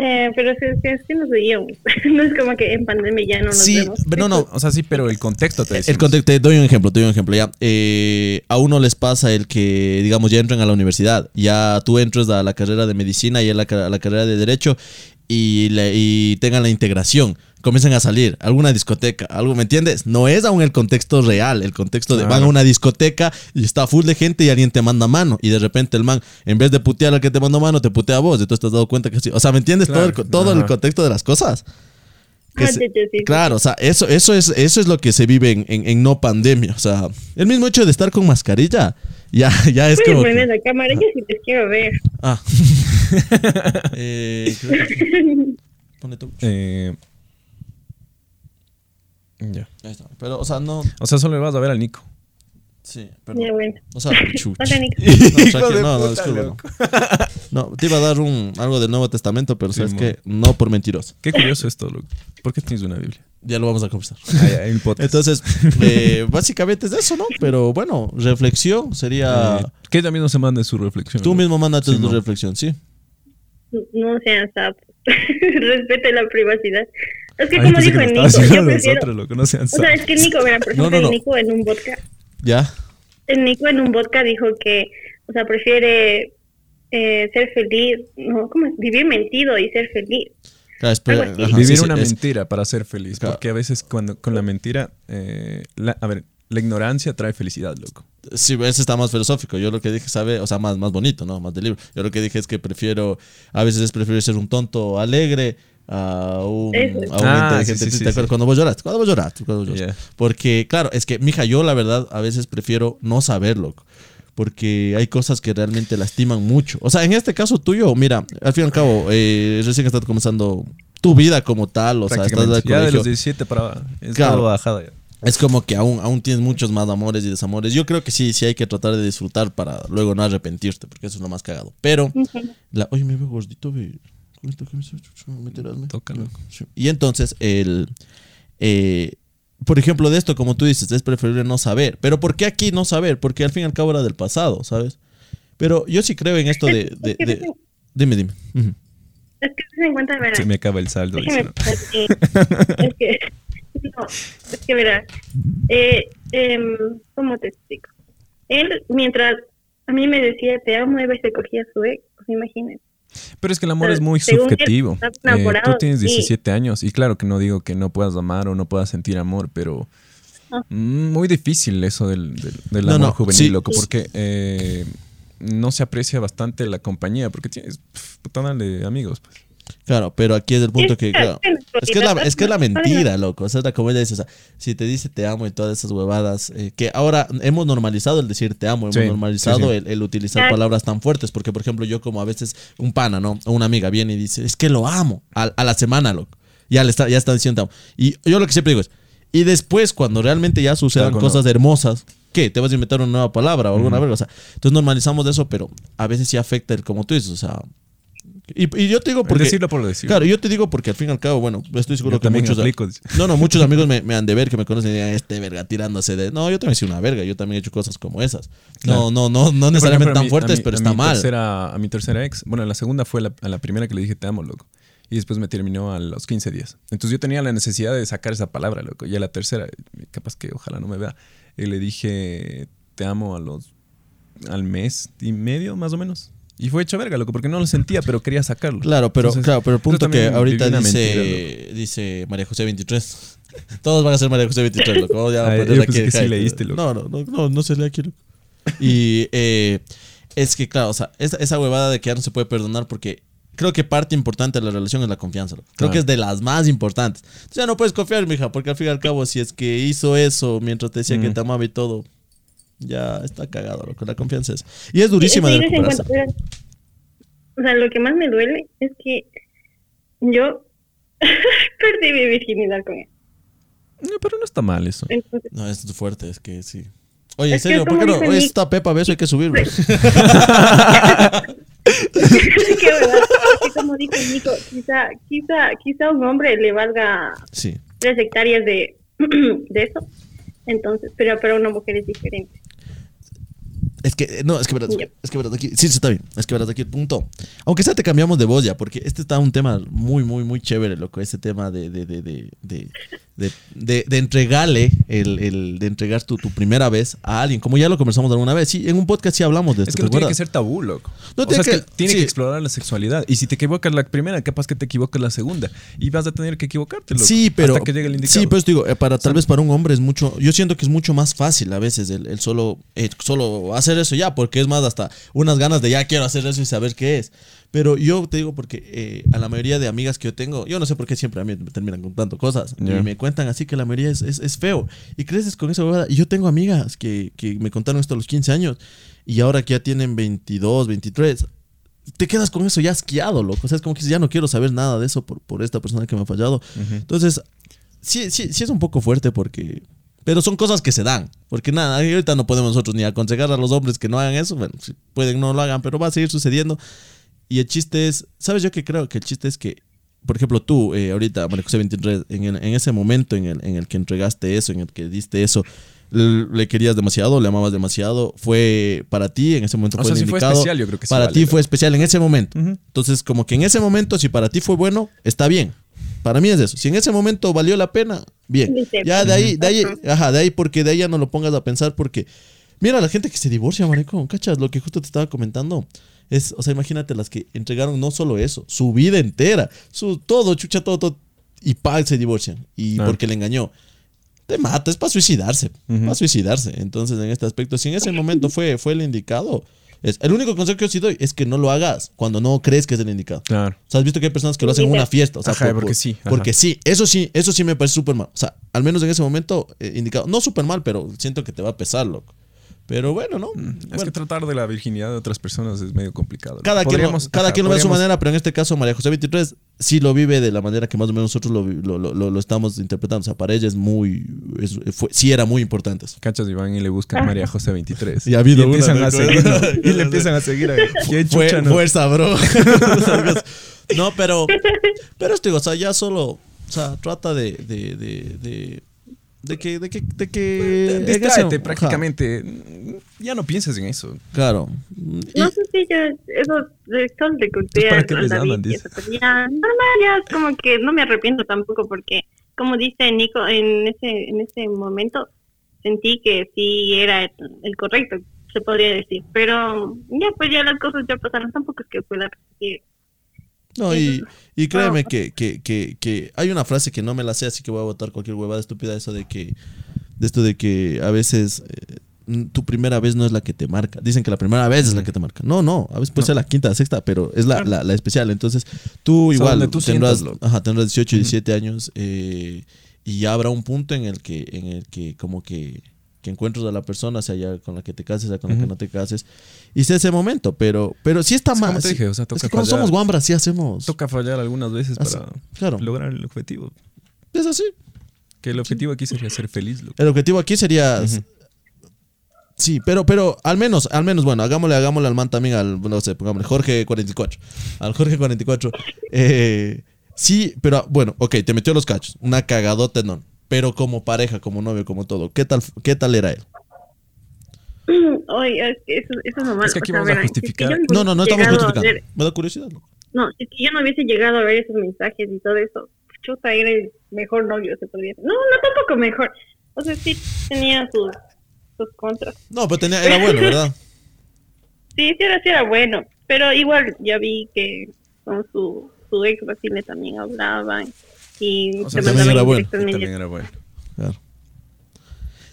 [SPEAKER 3] Eh, pero es que, es que- es que nos veíamos. [LAUGHS] no es como que en pandemia ya no nos
[SPEAKER 2] Sí,
[SPEAKER 3] vemos.
[SPEAKER 2] pero no, no.
[SPEAKER 1] O sea, sí, pero el contexto te
[SPEAKER 2] El
[SPEAKER 1] decimos.
[SPEAKER 2] contexto, te doy un ejemplo, te doy un ejemplo. Ya. Eh, a uno les pasa el que, digamos, ya entran a la universidad. Ya tú entras a la carrera de medicina y a la, ca- a la carrera de derecho y, la- y tengan la integración. Comienzan a salir, a alguna discoteca, algo, ¿me entiendes? No es aún el contexto real, el contexto de van a
[SPEAKER 1] Claro.
[SPEAKER 2] una discoteca y está full de gente y alguien te manda mano. Y de repente el man, en vez de putear al que te mandó mano, te putea a vos. Y tú te has dado cuenta que sí. O sea, ¿me entiendes?
[SPEAKER 1] Claro,
[SPEAKER 2] todo el, co- todo el
[SPEAKER 1] ajá.
[SPEAKER 2] contexto de las cosas. que
[SPEAKER 3] Ah,
[SPEAKER 2] se-
[SPEAKER 3] sí, sí, sí, sí.
[SPEAKER 2] Claro, o sea, eso, eso, es, eso es lo que se vive en, en- en no pandemia. O sea, el mismo hecho de estar con mascarilla, ya, [LAUGHS] ya es
[SPEAKER 3] Voy
[SPEAKER 2] como.
[SPEAKER 3] a
[SPEAKER 2] que-
[SPEAKER 3] poner la cámara, yo sí les quiero ver. [LAUGHS]
[SPEAKER 2] ah. Eh, creo que-
[SPEAKER 3] [LAUGHS]
[SPEAKER 2] pone tú.
[SPEAKER 1] Eh, ya.
[SPEAKER 2] Ahí está. Pero, o sea, no.
[SPEAKER 1] O sea, solo le vas a ver al Nico.
[SPEAKER 2] Sí,
[SPEAKER 3] Ya,
[SPEAKER 2] perdón.
[SPEAKER 3] bueno. [LAUGHS]
[SPEAKER 2] O sea, chuch.
[SPEAKER 3] Hola, Nico.
[SPEAKER 2] [LAUGHS] No,
[SPEAKER 1] Hijo
[SPEAKER 2] tranquilo,
[SPEAKER 1] de
[SPEAKER 2] no, no,
[SPEAKER 1] puta,
[SPEAKER 2] disculpa, no.
[SPEAKER 1] loco.
[SPEAKER 2] No, te iba a dar un, algo del Nuevo Testamento, pero
[SPEAKER 1] Sí,
[SPEAKER 2] sabes
[SPEAKER 1] mo.
[SPEAKER 2] que no por mentiroso.
[SPEAKER 1] Qué curioso esto, loco. ¿Por qué tienes una Biblia?
[SPEAKER 2] Ya lo vamos
[SPEAKER 1] [LAUGHS]
[SPEAKER 2] a conversar.
[SPEAKER 1] Ah, ya, el podcast.
[SPEAKER 2] Entonces, eh, básicamente es eso, ¿no? Pero bueno, reflexión sería.
[SPEAKER 1] Eh, que también no se mande su reflexión.
[SPEAKER 2] Ah. Tú
[SPEAKER 1] loco.
[SPEAKER 2] mismo mándate
[SPEAKER 1] Sí,
[SPEAKER 2] tu
[SPEAKER 1] mo.
[SPEAKER 2] reflexión, sí.
[SPEAKER 3] No sean sapos. [LAUGHS] Respete la privacidad. Es que,
[SPEAKER 1] Ay,
[SPEAKER 3] como
[SPEAKER 1] pensé
[SPEAKER 3] dijo
[SPEAKER 1] que
[SPEAKER 3] el
[SPEAKER 1] nos
[SPEAKER 3] Nico,
[SPEAKER 1] estaba
[SPEAKER 3] yo
[SPEAKER 1] haciendo
[SPEAKER 3] prefiero.
[SPEAKER 1] nosotros, loco, no sean
[SPEAKER 3] O sea,
[SPEAKER 1] sapos.
[SPEAKER 3] es que el Nico, mira, por
[SPEAKER 2] No,
[SPEAKER 3] ejemplo,
[SPEAKER 2] no, no.
[SPEAKER 3] el Nico en un vodka.
[SPEAKER 2] Ya.
[SPEAKER 3] El Nico en un vodka dijo que, o sea, prefiere eh, ser feliz, no, ¿cómo es? Vivir mentido y ser feliz.
[SPEAKER 2] Claro, espera,
[SPEAKER 3] Algo así.
[SPEAKER 2] ajá,
[SPEAKER 1] Vivir
[SPEAKER 2] sí, sí,
[SPEAKER 1] una
[SPEAKER 2] es-
[SPEAKER 1] mentira para ser feliz.
[SPEAKER 2] Claro.
[SPEAKER 1] Porque a veces cuando con la mentira, eh, la- a ver, la ignorancia trae felicidad, loco.
[SPEAKER 2] Sí, ese está más filosófico. Yo lo que dije, sabe, o sea, más, más bonito, ¿no? Más de libro. Yo lo que dije es que prefiero, a veces es prefiero ser un tonto alegre a un,
[SPEAKER 3] Eso.
[SPEAKER 2] a un
[SPEAKER 1] Ah,
[SPEAKER 2] inteligente.
[SPEAKER 1] sí, sí,
[SPEAKER 2] ¿Te
[SPEAKER 1] sí,
[SPEAKER 2] acuerdas?
[SPEAKER 1] sí.
[SPEAKER 2] Cuando vos lloraste, cuando vos lloraste, cuando vos lloraste.
[SPEAKER 1] Ya.
[SPEAKER 2] Porque, claro, es que, mija, yo la verdad a veces prefiero no saber, loco. Porque hay cosas que realmente lastiman mucho. O sea, en este caso tuyo, mira, al fin y al cabo, eh, recién estás comenzando tu vida como tal, o sea, estás
[SPEAKER 1] prácticamente.
[SPEAKER 2] de
[SPEAKER 1] ya de
[SPEAKER 2] colegio.
[SPEAKER 1] los 17 para es
[SPEAKER 2] Claro.
[SPEAKER 1] todo bajada ya.
[SPEAKER 2] Es como que aún, aún tienes muchos más amores y desamores. Yo creo que sí, sí hay que tratar de disfrutar para luego no arrepentirte, porque eso es lo más cagado. Pero, la, oye, me veo gordito, ve. Con esta camisa, chuchu, me tiras, me-
[SPEAKER 1] Toca, loco.
[SPEAKER 2] Sí. Y entonces, el, eh, por ejemplo, de esto, como tú dices, es preferible no saber. Pero ¿por qué aquí no saber? Porque al fin y al cabo era del pasado, ¿sabes? Pero yo sí creo en esto de... de- de- dime, dime. Ujú.
[SPEAKER 3] Es que se encuentra, verás.
[SPEAKER 1] Se me acaba el saldo. dice,
[SPEAKER 3] Déjame
[SPEAKER 1] ¿no?
[SPEAKER 3] pensar, eh, [LAUGHS] es que, no, es que verás, eh, em, ¿cómo te explico? Él, mientras a mí me decía te amo, Eva se cogía a su ex, pues imagínate.
[SPEAKER 1] Pero es que el amor es muy
[SPEAKER 3] Según él,
[SPEAKER 1] subjetivo.
[SPEAKER 3] estás
[SPEAKER 1] Eh, tú
[SPEAKER 3] enamorado,
[SPEAKER 1] tienes
[SPEAKER 3] sí.
[SPEAKER 1] 17 años y claro que no digo que no puedas amar o no puedas sentir amor, pero
[SPEAKER 3] Ah.
[SPEAKER 1] mm, muy difícil eso del, del- del
[SPEAKER 2] No,
[SPEAKER 1] amor
[SPEAKER 2] no,
[SPEAKER 1] juvenil,
[SPEAKER 2] sí.
[SPEAKER 1] loco, porque eh, no se aprecia bastante la compañía, porque tienes pf, putana de amigos. pues.
[SPEAKER 2] Claro, pero aquí es el punto que. claro, es, que es, la, es que es la mentira, loco. O sea, es la- como ella dice, o sea, si te dice te amo y todas esas huevadas, eh, que ahora hemos normalizado el decir te amo, hemos
[SPEAKER 1] Sí,
[SPEAKER 2] normalizado
[SPEAKER 1] sí, sí.
[SPEAKER 2] El, el utilizar
[SPEAKER 3] Claro.
[SPEAKER 2] palabras tan fuertes, porque por ejemplo, yo como a veces un pana, ¿no? O una amiga viene y dice, es que lo amo, a, a la semana, loco. Ya le está, ya está diciendo te amo. Y yo lo que siempre digo es, y después cuando realmente ya sucedan
[SPEAKER 1] Claro, cuando-
[SPEAKER 2] cosas hermosas, ¿qué? Te vas a inventar una nueva palabra o alguna verga, o sea, entonces normalizamos eso, pero a veces sí afecta el como tú dices, o sea. Y, y yo te digo
[SPEAKER 1] El
[SPEAKER 2] porque
[SPEAKER 1] decirlo por decirlo.
[SPEAKER 2] Claro, yo te digo porque al fin y al cabo, bueno, estoy seguro
[SPEAKER 1] Yo
[SPEAKER 2] que
[SPEAKER 1] también
[SPEAKER 2] muchos.
[SPEAKER 1] aplico, dice.
[SPEAKER 2] No,
[SPEAKER 1] [LAUGHS]
[SPEAKER 2] no, muchos amigos me, me han de ver que me conocen y digan, este verga tirándose de. No, yo también soy una verga, yo también he hecho cosas como esas.
[SPEAKER 1] Claro.
[SPEAKER 2] No, no, no, no
[SPEAKER 1] Por
[SPEAKER 2] necesariamente
[SPEAKER 1] ejemplo, a
[SPEAKER 2] tan
[SPEAKER 1] mi- a
[SPEAKER 2] fuertes,
[SPEAKER 1] mi-
[SPEAKER 2] pero
[SPEAKER 1] a
[SPEAKER 2] está
[SPEAKER 1] mi
[SPEAKER 2] mal.
[SPEAKER 1] tercera- a mi tercera ex, bueno, la segunda fue la- a la primera que le dije te amo, loco. Y después me terminó a los 15 días. Entonces yo tenía la necesidad de sacar esa palabra, loco. Y a la tercera, capaz que ojalá no me vea, eh, le dije te amo a los al mes y medio, más o menos. Y fue hecho verga, loco, porque no lo sentía, pero quería sacarlo.
[SPEAKER 2] Claro, pero,
[SPEAKER 1] Entonces,
[SPEAKER 2] claro, pero el
[SPEAKER 1] yo
[SPEAKER 2] punto que
[SPEAKER 1] también
[SPEAKER 2] ahorita
[SPEAKER 1] viví una
[SPEAKER 2] dice,
[SPEAKER 1] mentira, loco.
[SPEAKER 2] dice María José 23. [LAUGHS] Todos van a ser María José 23, loco. Vamos ya a
[SPEAKER 1] Ah,
[SPEAKER 2] poner
[SPEAKER 1] yo
[SPEAKER 2] aquí
[SPEAKER 1] pensé
[SPEAKER 2] el
[SPEAKER 1] que sí
[SPEAKER 2] hype.
[SPEAKER 1] leíste, loco.
[SPEAKER 2] No, no, no, no, no se lee aquí, loco. Y eh, es que, claro, o sea, esa, esa huevada de que ya no se puede perdonar porque creo que parte importante de la relación es la confianza. loco. Creo
[SPEAKER 1] Claro.
[SPEAKER 2] que es de las más importantes. O sea, no puedes confiar, mija, porque al fin y al cabo, si es que hizo eso mientras te decía que
[SPEAKER 1] Mm.
[SPEAKER 2] te amaba y todo, ya está cagado, loco. La confianza es. Y es durísima de
[SPEAKER 3] Eso, y en
[SPEAKER 2] recuperarse.
[SPEAKER 3] cuanto- O sea, lo que más me duele es que yo [LAUGHS] perdí mi virginidad con él.
[SPEAKER 1] No, pero no está mal eso.
[SPEAKER 3] Entonces, [LAUGHS]
[SPEAKER 2] No, es fuerte, es que sí. Oye, en
[SPEAKER 3] Es que
[SPEAKER 2] serio, ¿por
[SPEAKER 3] como
[SPEAKER 2] qué no?
[SPEAKER 3] dice
[SPEAKER 2] Oye,
[SPEAKER 3] Nick-
[SPEAKER 2] esta Pepa Beso hay que subirlo.
[SPEAKER 3] qué verdad, que como dijo Nico, quizá, quizá, quizá a un hombre le valga
[SPEAKER 2] [LAUGHS] Sí.
[SPEAKER 3] tres hectáreas de, [CLEARS THROAT] de eso. Entonces, pero para una mujer es diferente.
[SPEAKER 2] Es que, eh, no, es que verás,
[SPEAKER 3] Ya.
[SPEAKER 2] es que verás aquí. Sí, sí, está bien. Es que verás aquí el punto. Aunque sea, te cambiamos de voz ya, porque este está un tema muy, muy, muy chévere, loco. Este tema de, de, de, de, de, de, de- de entregarle, el, el- de entregar tu, tu primera vez a alguien. Como ya lo conversamos alguna vez. Sí, en un podcast sí hablamos de esto.
[SPEAKER 1] Es que
[SPEAKER 2] ¿te
[SPEAKER 1] no tiene que
[SPEAKER 2] acuerdas?
[SPEAKER 1] ser tabú, loco.
[SPEAKER 2] pues, No
[SPEAKER 1] o
[SPEAKER 2] tiene
[SPEAKER 1] sea, es que,
[SPEAKER 2] que-
[SPEAKER 1] tiene
[SPEAKER 2] sí.
[SPEAKER 1] que explorar la sexualidad. Y si te equivocas la primera, capaz que te equivocas la segunda. Y vas a tener que equivocarte, loco.
[SPEAKER 2] Sí, pero.
[SPEAKER 1] Hasta que llegue el indicado.
[SPEAKER 2] Sí, pero te digo, eh, para, tal vez para un hombre es mucho. Yo siento que es mucho más fácil a veces el, el solo, eh, solo hacer eso ya, porque es más hasta unas ganas de ya quiero hacer eso y saber qué es. Pero yo te digo porque eh, a la mayoría de amigas que yo tengo, yo no sé por qué siempre a mí me terminan contando cosas
[SPEAKER 1] Ya.
[SPEAKER 2] y me cuentan así que la mayoría es, es- es feo. Y creces con esa huevada. Y yo tengo amigas que, que me contaron esto a los 15 años y ahora que ya tienen 22, 23, te quedas con eso ya asqueado, loco. O sea, es como que dices, ya no quiero saber nada de eso por, por esta persona que me ha fallado. Entonces, sí, sí, sí es un poco fuerte porque... Pero son cosas que se dan. Porque nada, ahorita no podemos nosotros ni aconsejar a los hombres que no hagan eso. Bueno, si pueden, no lo hagan, pero va a seguir sucediendo. Y el chiste es, ¿sabes yo qué creo? Que el chiste es que, por ejemplo, tú, eh, ahorita, María José 23, en, el- en ese momento en el, en el que entregaste eso, en el que diste eso, l- le querías demasiado, le amabas demasiado, fue para ti, en ese momento
[SPEAKER 1] O
[SPEAKER 2] fue
[SPEAKER 1] sea,
[SPEAKER 2] el
[SPEAKER 1] sí fue
[SPEAKER 2] indicado.
[SPEAKER 1] especial, yo creo que sí
[SPEAKER 2] Para
[SPEAKER 1] vale,
[SPEAKER 2] ti
[SPEAKER 1] loco.
[SPEAKER 2] fue especial en ese momento.
[SPEAKER 1] Ujú.
[SPEAKER 2] Entonces, como que en ese momento, si para ti fue bueno, está bien. Para mí es eso. Si en ese momento valió la pena, bien.
[SPEAKER 3] Dice,
[SPEAKER 2] Ya de ahí, de ahí, ajá, de ahí, porque de ahí ya no lo pongas a pensar, porque mira la gente que se divorcia, marico, cachas, lo que justo te estaba comentando. Es, o sea, imagínate las que entregaron no solo eso, su vida entera, su todo, chucha, todo, todo, y pa, se divorcian. Y
[SPEAKER 1] Claro.
[SPEAKER 2] porque le engañó. Te mata, es para suicidarse,
[SPEAKER 1] Ujú.
[SPEAKER 2] para suicidarse. Entonces, en este aspecto, si en ese momento fue, fue el indicado, es, el único consejo que yo sí doy es que no lo hagas cuando no crees que es el indicado.
[SPEAKER 1] Claro.
[SPEAKER 2] O sea, has visto que hay personas que lo hacen en una fiesta. O sea,
[SPEAKER 1] Ajá, porque sí, ajá.
[SPEAKER 2] Porque sí, eso sí, eso sí me parece súper mal. O sea, al menos en ese momento eh, indicado. No súper mal, pero siento que te va a pesar, loco. Pero bueno, ¿no?
[SPEAKER 1] Mm, Es
[SPEAKER 2] Bueno,
[SPEAKER 1] que tratar de la virginidad de otras personas es medio complicado. loco.
[SPEAKER 2] cada quien, lo,
[SPEAKER 1] Podríamos-
[SPEAKER 2] cada
[SPEAKER 1] ajá,
[SPEAKER 2] quien lo ve a su
[SPEAKER 1] podríamos-
[SPEAKER 2] manera, pero en este caso María José 23 sí lo vive de la manera que más o menos nosotros lo, vi- lo, lo- lo- lo estamos interpretando. O sea, para ella es muy... es- fue- sí era muy importante eso.
[SPEAKER 1] Cachas y van y le buscan María José 23.
[SPEAKER 2] [LAUGHS] Y ha habido una,
[SPEAKER 1] empiezan
[SPEAKER 2] ¿no?
[SPEAKER 1] a seguir.
[SPEAKER 2] [LAUGHS]
[SPEAKER 1] y le empiezan a seguir. A, ¿Qué
[SPEAKER 2] Fue-
[SPEAKER 1] chucha no? [LAUGHS]
[SPEAKER 2] Fuerza, bro. no, pero. Pero esto, o sea, ya solo. O sea, trata de. de, de, de de que, de que, de que.
[SPEAKER 1] Distráete
[SPEAKER 2] Ajá.
[SPEAKER 1] prácticamente. Ya no pienses en eso.
[SPEAKER 2] Claro.
[SPEAKER 3] No sé si yo eso de esto le conté
[SPEAKER 1] Entonces, ¿para
[SPEAKER 3] al-
[SPEAKER 1] qué
[SPEAKER 3] al
[SPEAKER 1] les
[SPEAKER 3] David
[SPEAKER 1] hablan,
[SPEAKER 3] y
[SPEAKER 1] dice?
[SPEAKER 3] eso, pero ya, no, no, ya es como que no me arrepiento tampoco porque como dice Nico en ese en ese momento sentí que sí era el, el correcto se podría decir pero ya pues ya las cosas ya pasaron tampoco es que pueda repetir [CLEARS THROAT]
[SPEAKER 2] No, y, y
[SPEAKER 1] pues
[SPEAKER 2] créeme que, que, que, que hay una frase que no me la sé, así que voy a votar cualquier huevada estúpida, eso de que, de esto de que a veces eh, mm, tu primera vez no es la que te marca. Dicen que la primera vez es la que te marca. No, no, a veces puede ser la quinta, la sexta, pero es la, la, la especial. Entonces, tú
[SPEAKER 1] sea,
[SPEAKER 2] igual
[SPEAKER 1] donde tú
[SPEAKER 2] tendrás,
[SPEAKER 1] sientas, loco.
[SPEAKER 2] ajá, tendrás 18, 17 años eh, y ya habrá un punto en el que, en el que como que, que encuentras a la persona, sea ya con la que te cases, sea con la que
[SPEAKER 1] Ujú.
[SPEAKER 2] no te cases, y sea ese momento, pero, pero sí está
[SPEAKER 1] Es como
[SPEAKER 2] mal.
[SPEAKER 1] te
[SPEAKER 2] sí-
[SPEAKER 1] dije, o sea,
[SPEAKER 2] es
[SPEAKER 1] toca
[SPEAKER 2] que como
[SPEAKER 1] fallar.
[SPEAKER 2] somos guambras, sí hacemos.
[SPEAKER 1] Toca fallar algunas veces
[SPEAKER 2] Así,
[SPEAKER 1] para
[SPEAKER 2] claro.
[SPEAKER 1] lograr el objetivo.
[SPEAKER 2] Es así.
[SPEAKER 1] Que el objetivo aquí sería ser feliz, loco.
[SPEAKER 2] El objetivo aquí sería. Sí, pero, pero al menos, al menos, bueno, hagámosle, hagámosle al man también, al, no sé, pongámosle Jorge 44. Al Jorge 44. Eh, sí, pero bueno, ok, te metió los cachos. Una cagadota enorme. Pero como pareja, como novio, como todo, ¿qué tal, qué tal era él?
[SPEAKER 3] Oye, es que eso, eso es normal.
[SPEAKER 1] Es que aquí
[SPEAKER 3] O sea,
[SPEAKER 1] vamos a
[SPEAKER 3] verán, si es que
[SPEAKER 1] justificar.
[SPEAKER 3] yo hubiese
[SPEAKER 2] No, no, no estamos
[SPEAKER 3] llegado a
[SPEAKER 2] justificando.
[SPEAKER 3] ver-
[SPEAKER 2] Me da curiosidad. ¿no?
[SPEAKER 3] no, si es que yo no hubiese llegado a ver esos mensajes y todo eso, chuta, era el mejor novio, se podría decir. No, no tampoco mejor. O sea, sí tenía sus, sus contras.
[SPEAKER 2] No, pero tenía, era bueno, ¿verdad?
[SPEAKER 3] Sí, sí era, sí era bueno, pero igual ya vi que con su, su ex Basile también hablaban y
[SPEAKER 1] O sea,
[SPEAKER 3] te
[SPEAKER 2] también
[SPEAKER 3] mandaban
[SPEAKER 2] era bueno.
[SPEAKER 1] Y
[SPEAKER 3] textos
[SPEAKER 1] también
[SPEAKER 3] medio-
[SPEAKER 1] era bueno.
[SPEAKER 2] Claro.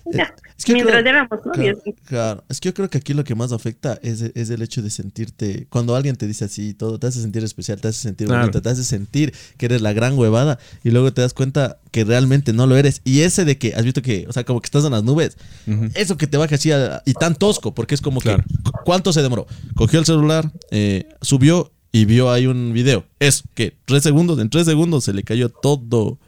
[SPEAKER 3] No,
[SPEAKER 2] Eh, es que yo
[SPEAKER 3] mientras
[SPEAKER 2] creo-
[SPEAKER 3] éramos novios.
[SPEAKER 2] Claro, claro. es que yo creo que aquí lo que más afecta es, es el hecho de sentirte, cuando alguien te dice así y todo, te hace sentir especial, te hace sentir
[SPEAKER 1] Claro.
[SPEAKER 2] bonita, te hace sentir que eres la gran huevada y luego te das cuenta que realmente no lo eres. Y ese de que, has visto que, o sea, como que estás en las nubes,
[SPEAKER 1] Ujú.
[SPEAKER 2] eso que te baja así a- y tan tosco, porque es como
[SPEAKER 1] Claro.
[SPEAKER 2] que, cu- ¿cuánto se demoró? Cogió el celular, eh, subió y vio ahí un video. Eso, que tres segundos, en tres segundos se le cayó todo,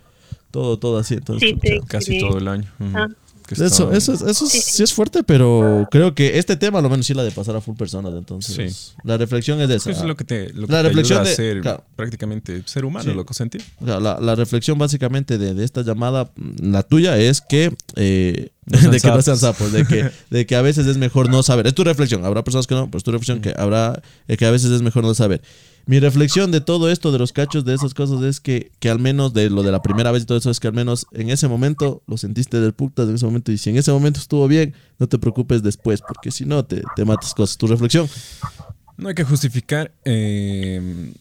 [SPEAKER 2] todo, todo así. Entonces,
[SPEAKER 3] Sí, te-
[SPEAKER 1] Casi
[SPEAKER 3] sí.
[SPEAKER 1] todo el año. Ujú.
[SPEAKER 3] Ah.
[SPEAKER 1] Que
[SPEAKER 2] eso,
[SPEAKER 1] estaba-
[SPEAKER 2] eso, es- eso es-
[SPEAKER 3] Sí, sí.
[SPEAKER 2] sí es fuerte, pero creo que este tema a lo menos sí la de pasar a full personas. Entonces, la reflexión es de
[SPEAKER 1] Eso
[SPEAKER 2] esa.
[SPEAKER 1] es lo que te, lo que
[SPEAKER 2] ah, La
[SPEAKER 1] te
[SPEAKER 2] reflexión
[SPEAKER 1] ayuda
[SPEAKER 2] de-
[SPEAKER 1] a ser
[SPEAKER 2] claro.
[SPEAKER 1] prácticamente ser humano,
[SPEAKER 2] Sí.
[SPEAKER 1] loco, sentir.
[SPEAKER 2] O sea, la, la reflexión básicamente de, de esta llamada, mm, la tuya, es que, eh,
[SPEAKER 1] sean
[SPEAKER 2] [LAUGHS] de que no sean
[SPEAKER 1] sapos.
[SPEAKER 2] sapos, de
[SPEAKER 1] [LAUGHS]
[SPEAKER 2] que, de que a veces es mejor no saber. Es tu reflexión, habrá personas que no, pero es tu reflexión que habrá, eh, que a veces es mejor no saber. Mi reflexión de todo esto, de los cachos, de esas cosas, es que, que al menos de lo de la primera vez y todo eso, es que al menos en ese momento lo sentiste del putas en ese momento. Y si en ese momento estuvo bien, no te preocupes después, porque si no, te, te matas cosas. Tu reflexión.
[SPEAKER 1] No hay que justificar eh,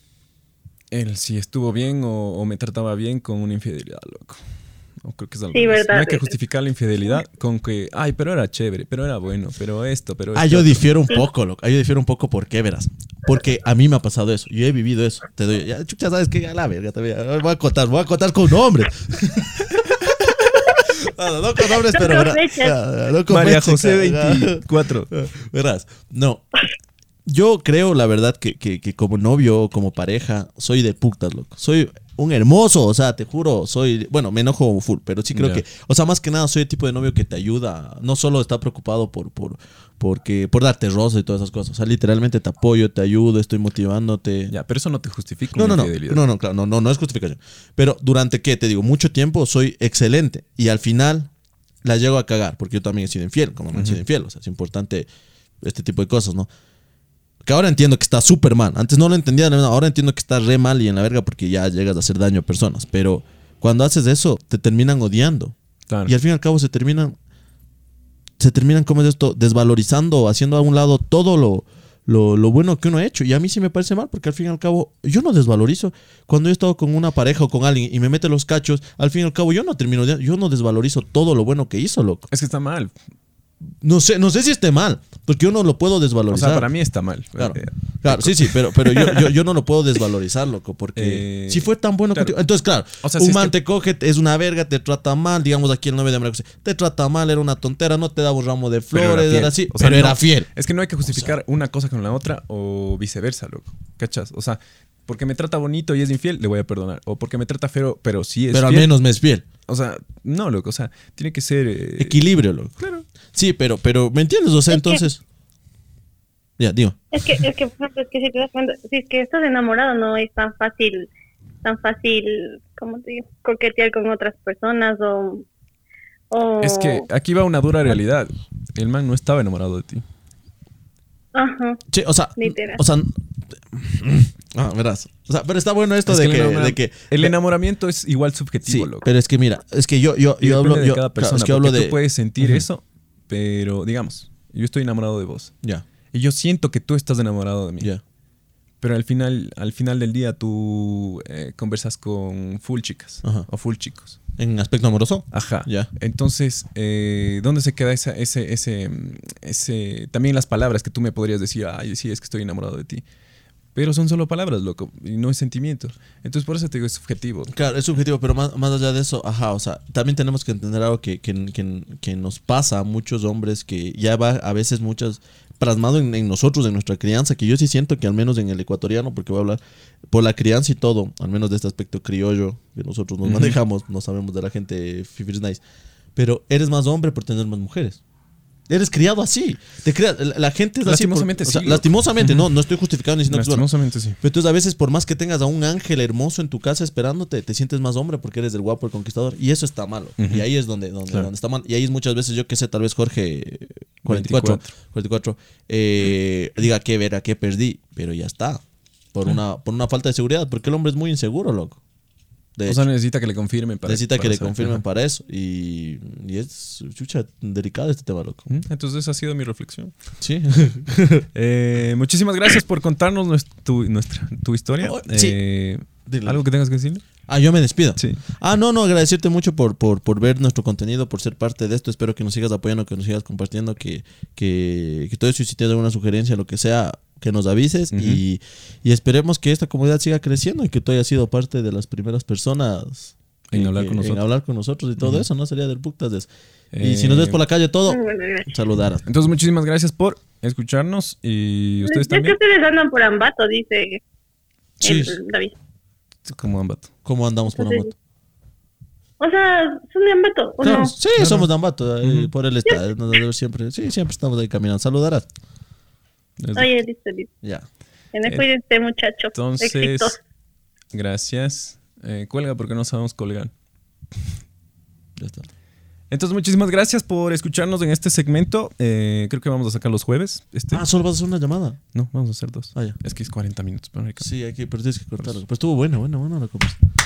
[SPEAKER 1] el si estuvo bien o, o me trataba bien con una infidelidad, loco. O creo que es algo
[SPEAKER 3] Sí,
[SPEAKER 1] más.
[SPEAKER 3] verdad.
[SPEAKER 1] No hay que justificar la infidelidad con que, ay, pero era chévere, pero era bueno, pero esto, pero
[SPEAKER 2] Ah,
[SPEAKER 1] esto".
[SPEAKER 2] yo difiero un poco, loco. Ah, yo difiero un poco porque verás. Porque a mí me ha pasado eso. Yo he vivido eso. Te doy. Ya, chucha, sabes que a la verga también. Ah, Voy a contar, voy a contar con nombres. [LAUGHS] no, no con nombres, pero
[SPEAKER 3] No
[SPEAKER 2] verás.
[SPEAKER 3] con fechas.
[SPEAKER 2] Ah, no con
[SPEAKER 1] María
[SPEAKER 2] fechas,
[SPEAKER 1] José
[SPEAKER 2] ah,
[SPEAKER 1] 24.
[SPEAKER 2] ah, Verás. No. Yo creo, la verdad, que, que, que como novio, como pareja, soy de putas, loco. Soy un hermoso, o sea, te juro, soy. Bueno, me enojo full, pero sí creo
[SPEAKER 1] Ya.
[SPEAKER 2] que. O sea, más que nada, soy el tipo de novio que te ayuda. No solo está preocupado por, por, porque, por darte rosa y todas esas cosas. O sea, literalmente te apoyo, te ayudo, estoy motivándote.
[SPEAKER 1] Ya, pero eso no te justifica
[SPEAKER 2] No,
[SPEAKER 1] una
[SPEAKER 2] no, no,
[SPEAKER 1] infidelidad.
[SPEAKER 2] no, no, claro, no, no, no es justificación. Pero durante qué, te digo, mucho tiempo soy excelente y al final la llego a cagar, porque yo también he sido infiel, como me han sido infiel, o sea, es importante este tipo de cosas, ¿no? Que ahora entiendo que está súper mal, antes no lo entendía, no, ahora entiendo que está re mal y en la verga porque ya llegas a hacer daño a personas, pero cuando haces eso, te terminan odiando
[SPEAKER 1] Claro.
[SPEAKER 2] y al fin y al cabo se terminan, se terminan, como es esto? Desvalorizando, haciendo a un lado todo lo, lo, lo bueno que uno ha hecho. Y a mí sí me parece mal, porque al fin y al cabo yo no desvalorizo. Cuando yo he estado con una pareja o con alguien y me mete los cachos, al fin y al cabo yo no termino, de- yo no desvalorizo todo lo bueno que hizo, loco.
[SPEAKER 1] Es que está mal.
[SPEAKER 2] No sé, no sé si esté mal, porque yo no lo puedo
[SPEAKER 1] O
[SPEAKER 2] desvalorizar.
[SPEAKER 1] sea, para mí está mal.
[SPEAKER 2] Claro,
[SPEAKER 1] Eh,
[SPEAKER 2] claro, sí, sí, pero, pero yo, yo, yo no lo puedo desvalorizar, loco, porque
[SPEAKER 1] Eh,
[SPEAKER 2] si fue tan bueno
[SPEAKER 1] claro.
[SPEAKER 2] contigo. Entonces, claro,
[SPEAKER 1] O sea,
[SPEAKER 2] un
[SPEAKER 1] si es
[SPEAKER 2] man
[SPEAKER 1] que-
[SPEAKER 2] te coge, es una verga, te trata mal, digamos aquí el 9 de María José, te trata mal, era una tontera, no te daba un ramo de
[SPEAKER 1] pero
[SPEAKER 2] flores, era,
[SPEAKER 1] fiel.
[SPEAKER 2] así,
[SPEAKER 1] O sea,
[SPEAKER 2] pero
[SPEAKER 1] no.
[SPEAKER 2] era fiel.
[SPEAKER 1] Es que no hay que justificar una cosa con la otra o viceversa, loco. ¿Cachas? O sea, porque me trata bonito y es infiel, le voy a perdonar. O porque me trata feo, pero sí es
[SPEAKER 2] Pero al
[SPEAKER 1] fiel. Eh,
[SPEAKER 2] menos me es fiel.
[SPEAKER 1] O sea, no, loco. O sea, tiene que ser. eh,
[SPEAKER 2] Equilibrio, loco.
[SPEAKER 1] Claro.
[SPEAKER 2] Sí, pero, pero, ¿me entiendes? O sea,
[SPEAKER 3] Es que-
[SPEAKER 2] entonces. Ya, digo.
[SPEAKER 3] Es que, es que, por ejemplo, es que si te das cuenta, si es que estás enamorado no es tan fácil, tan fácil, ¿cómo te digo? Coquetear con otras personas o... o
[SPEAKER 1] Es que aquí va una dura realidad. El man no estaba enamorado de ti.
[SPEAKER 3] Ajá.
[SPEAKER 2] Sí, o sea.
[SPEAKER 3] Literal.
[SPEAKER 2] O sea. [CLEARS THROAT] Ah, verás. O sea, pero está bueno esto
[SPEAKER 1] Es
[SPEAKER 2] de,
[SPEAKER 1] el
[SPEAKER 2] que,
[SPEAKER 1] enamora-
[SPEAKER 2] de que.
[SPEAKER 1] El enamoramiento es igual
[SPEAKER 2] Sí,
[SPEAKER 1] subjetivo, loco.
[SPEAKER 2] pero es que mira, es que yo, yo,
[SPEAKER 1] Y depende
[SPEAKER 2] yo hablo.
[SPEAKER 1] de
[SPEAKER 2] Yo,
[SPEAKER 1] cada
[SPEAKER 2] claro,
[SPEAKER 1] persona.
[SPEAKER 2] es que hablo
[SPEAKER 1] porque
[SPEAKER 2] de.
[SPEAKER 1] Tú puedes sentir
[SPEAKER 2] Ujú.
[SPEAKER 1] eso, pero digamos, yo estoy enamorado de vos.
[SPEAKER 2] Ya,
[SPEAKER 1] Y yo siento que tú estás enamorado de mí.
[SPEAKER 2] ya.
[SPEAKER 1] Pero al final, al final del día tú eh, conversas con full chicas
[SPEAKER 2] Ajá.
[SPEAKER 1] o full chicos.
[SPEAKER 2] En aspecto amoroso.
[SPEAKER 1] Ajá.
[SPEAKER 2] Ya.
[SPEAKER 1] Entonces, eh, ¿dónde se queda esa- ese, ese, mm, ese, también las palabras que tú me podrías decir, ay, sí, es que estoy enamorado de ti? Pero son solo palabras, loco, y no es sentimiento. Entonces, por eso te digo, es subjetivo.
[SPEAKER 2] Claro, es subjetivo, pero más, más allá de eso, ajá, o sea, también tenemos que entender algo que, que- que- que nos pasa a muchos hombres que ya va a veces muchas plasmado en, en nosotros, en nuestra crianza, que yo sí siento que al menos en el ecuatoriano, porque voy a hablar por la crianza y todo, al menos de este aspecto criollo que nosotros nos manejamos, no sabemos de la gente fifis nice, pero eres más hombre por tener más mujeres. Eres criado así. Te creas, la, la gente es así. por-
[SPEAKER 1] Lastimosamente
[SPEAKER 2] o sea,
[SPEAKER 1] sí.
[SPEAKER 2] Lastimosamente, no, no estoy justificando ni diciendo que es bueno.
[SPEAKER 1] Lastimosamente sí.
[SPEAKER 2] Pero entonces a veces por más que tengas a un ángel hermoso en tu casa esperándote, te sientes más hombre porque eres el guapo, el conquistador. Y eso está malo. Y ahí es donde, donde,
[SPEAKER 1] Claro.
[SPEAKER 2] donde está mal. Y ahí es muchas veces, yo que sé, tal vez Jorge eh, 44, 44 eh, diga qué verga, qué perdí. Pero ya está. Por, una, por una falta de seguridad. Porque el hombre es muy inseguro, loco. De
[SPEAKER 1] O sea, necesita que le confirmen. para-
[SPEAKER 2] necesita que
[SPEAKER 1] para
[SPEAKER 2] le
[SPEAKER 1] saber.
[SPEAKER 2] confirmen
[SPEAKER 1] Ajá.
[SPEAKER 2] para eso. Y, y es, chucha, delicado este tema, loco.
[SPEAKER 1] ¿Mm? Entonces, esa ha sido mi reflexión. [LAUGHS]
[SPEAKER 2] [LAUGHS] Sí.
[SPEAKER 1] Eh, muchísimas gracias por contarnos nues- tu, nuestra, tu historia.
[SPEAKER 2] Oh, sí.
[SPEAKER 1] Eh,
[SPEAKER 2] Dile.
[SPEAKER 1] ¿Algo que tengas que decir?
[SPEAKER 2] Ah, yo me despido.
[SPEAKER 1] Sí.
[SPEAKER 2] Ah, no, no, agradecerte mucho por, por, por ver nuestro contenido, por ser parte de esto. Espero que nos sigas apoyando, que nos sigas compartiendo, que, que, que todo eso, si tienes alguna sugerencia, lo que sea, que nos avises. y, y esperemos que esta comunidad siga creciendo y que tú hayas sido parte de las primeras personas
[SPEAKER 1] En
[SPEAKER 2] que-
[SPEAKER 1] hablar
[SPEAKER 2] que-
[SPEAKER 1] con nosotros.
[SPEAKER 2] En hablar con nosotros y todo eso, ¿no? Sería del Puctas. es-
[SPEAKER 1] Eh,
[SPEAKER 2] Y si nos ves por la calle, todo,
[SPEAKER 3] Bueno, gracias.
[SPEAKER 2] saludaras.
[SPEAKER 1] Entonces, muchísimas gracias por escucharnos y ustedes
[SPEAKER 3] Es que
[SPEAKER 1] también.
[SPEAKER 3] ustedes andan por ambato, dice
[SPEAKER 2] Sí.
[SPEAKER 3] el David.
[SPEAKER 1] Como ambato.
[SPEAKER 2] ¿Cómo andamos por la
[SPEAKER 3] Entonces,
[SPEAKER 2] moto?
[SPEAKER 3] O sea, son de ambato, ¿o
[SPEAKER 2] Claro,
[SPEAKER 3] no?
[SPEAKER 2] sí, somos de Ambato, eh, por el estado. nos debe ver siempre, sí, siempre estamos ahí caminando. Saludarás.
[SPEAKER 1] Es- Eh,
[SPEAKER 3] Oye, listo, listo.
[SPEAKER 2] Ya.
[SPEAKER 3] En el cuídense, muchachos.
[SPEAKER 1] Entonces,
[SPEAKER 3] Éxitos.
[SPEAKER 1] gracias. Eh, cuelga porque no sabemos colgar.
[SPEAKER 2] Ya está.
[SPEAKER 1] Entonces, muchísimas gracias por escucharnos en este segmento. Eh, creo que vamos a sacar los jueves. Este,
[SPEAKER 2] Ah, solo vas a hacer una llamada.
[SPEAKER 1] no, vamos a hacer dos.
[SPEAKER 2] Ah, ya.
[SPEAKER 1] Es que es 40 minutos. pero hay que-
[SPEAKER 2] Pues Sí, aquí, pero tienes que cortarlo. Pero estuvo bueno, bueno, bueno la conversación.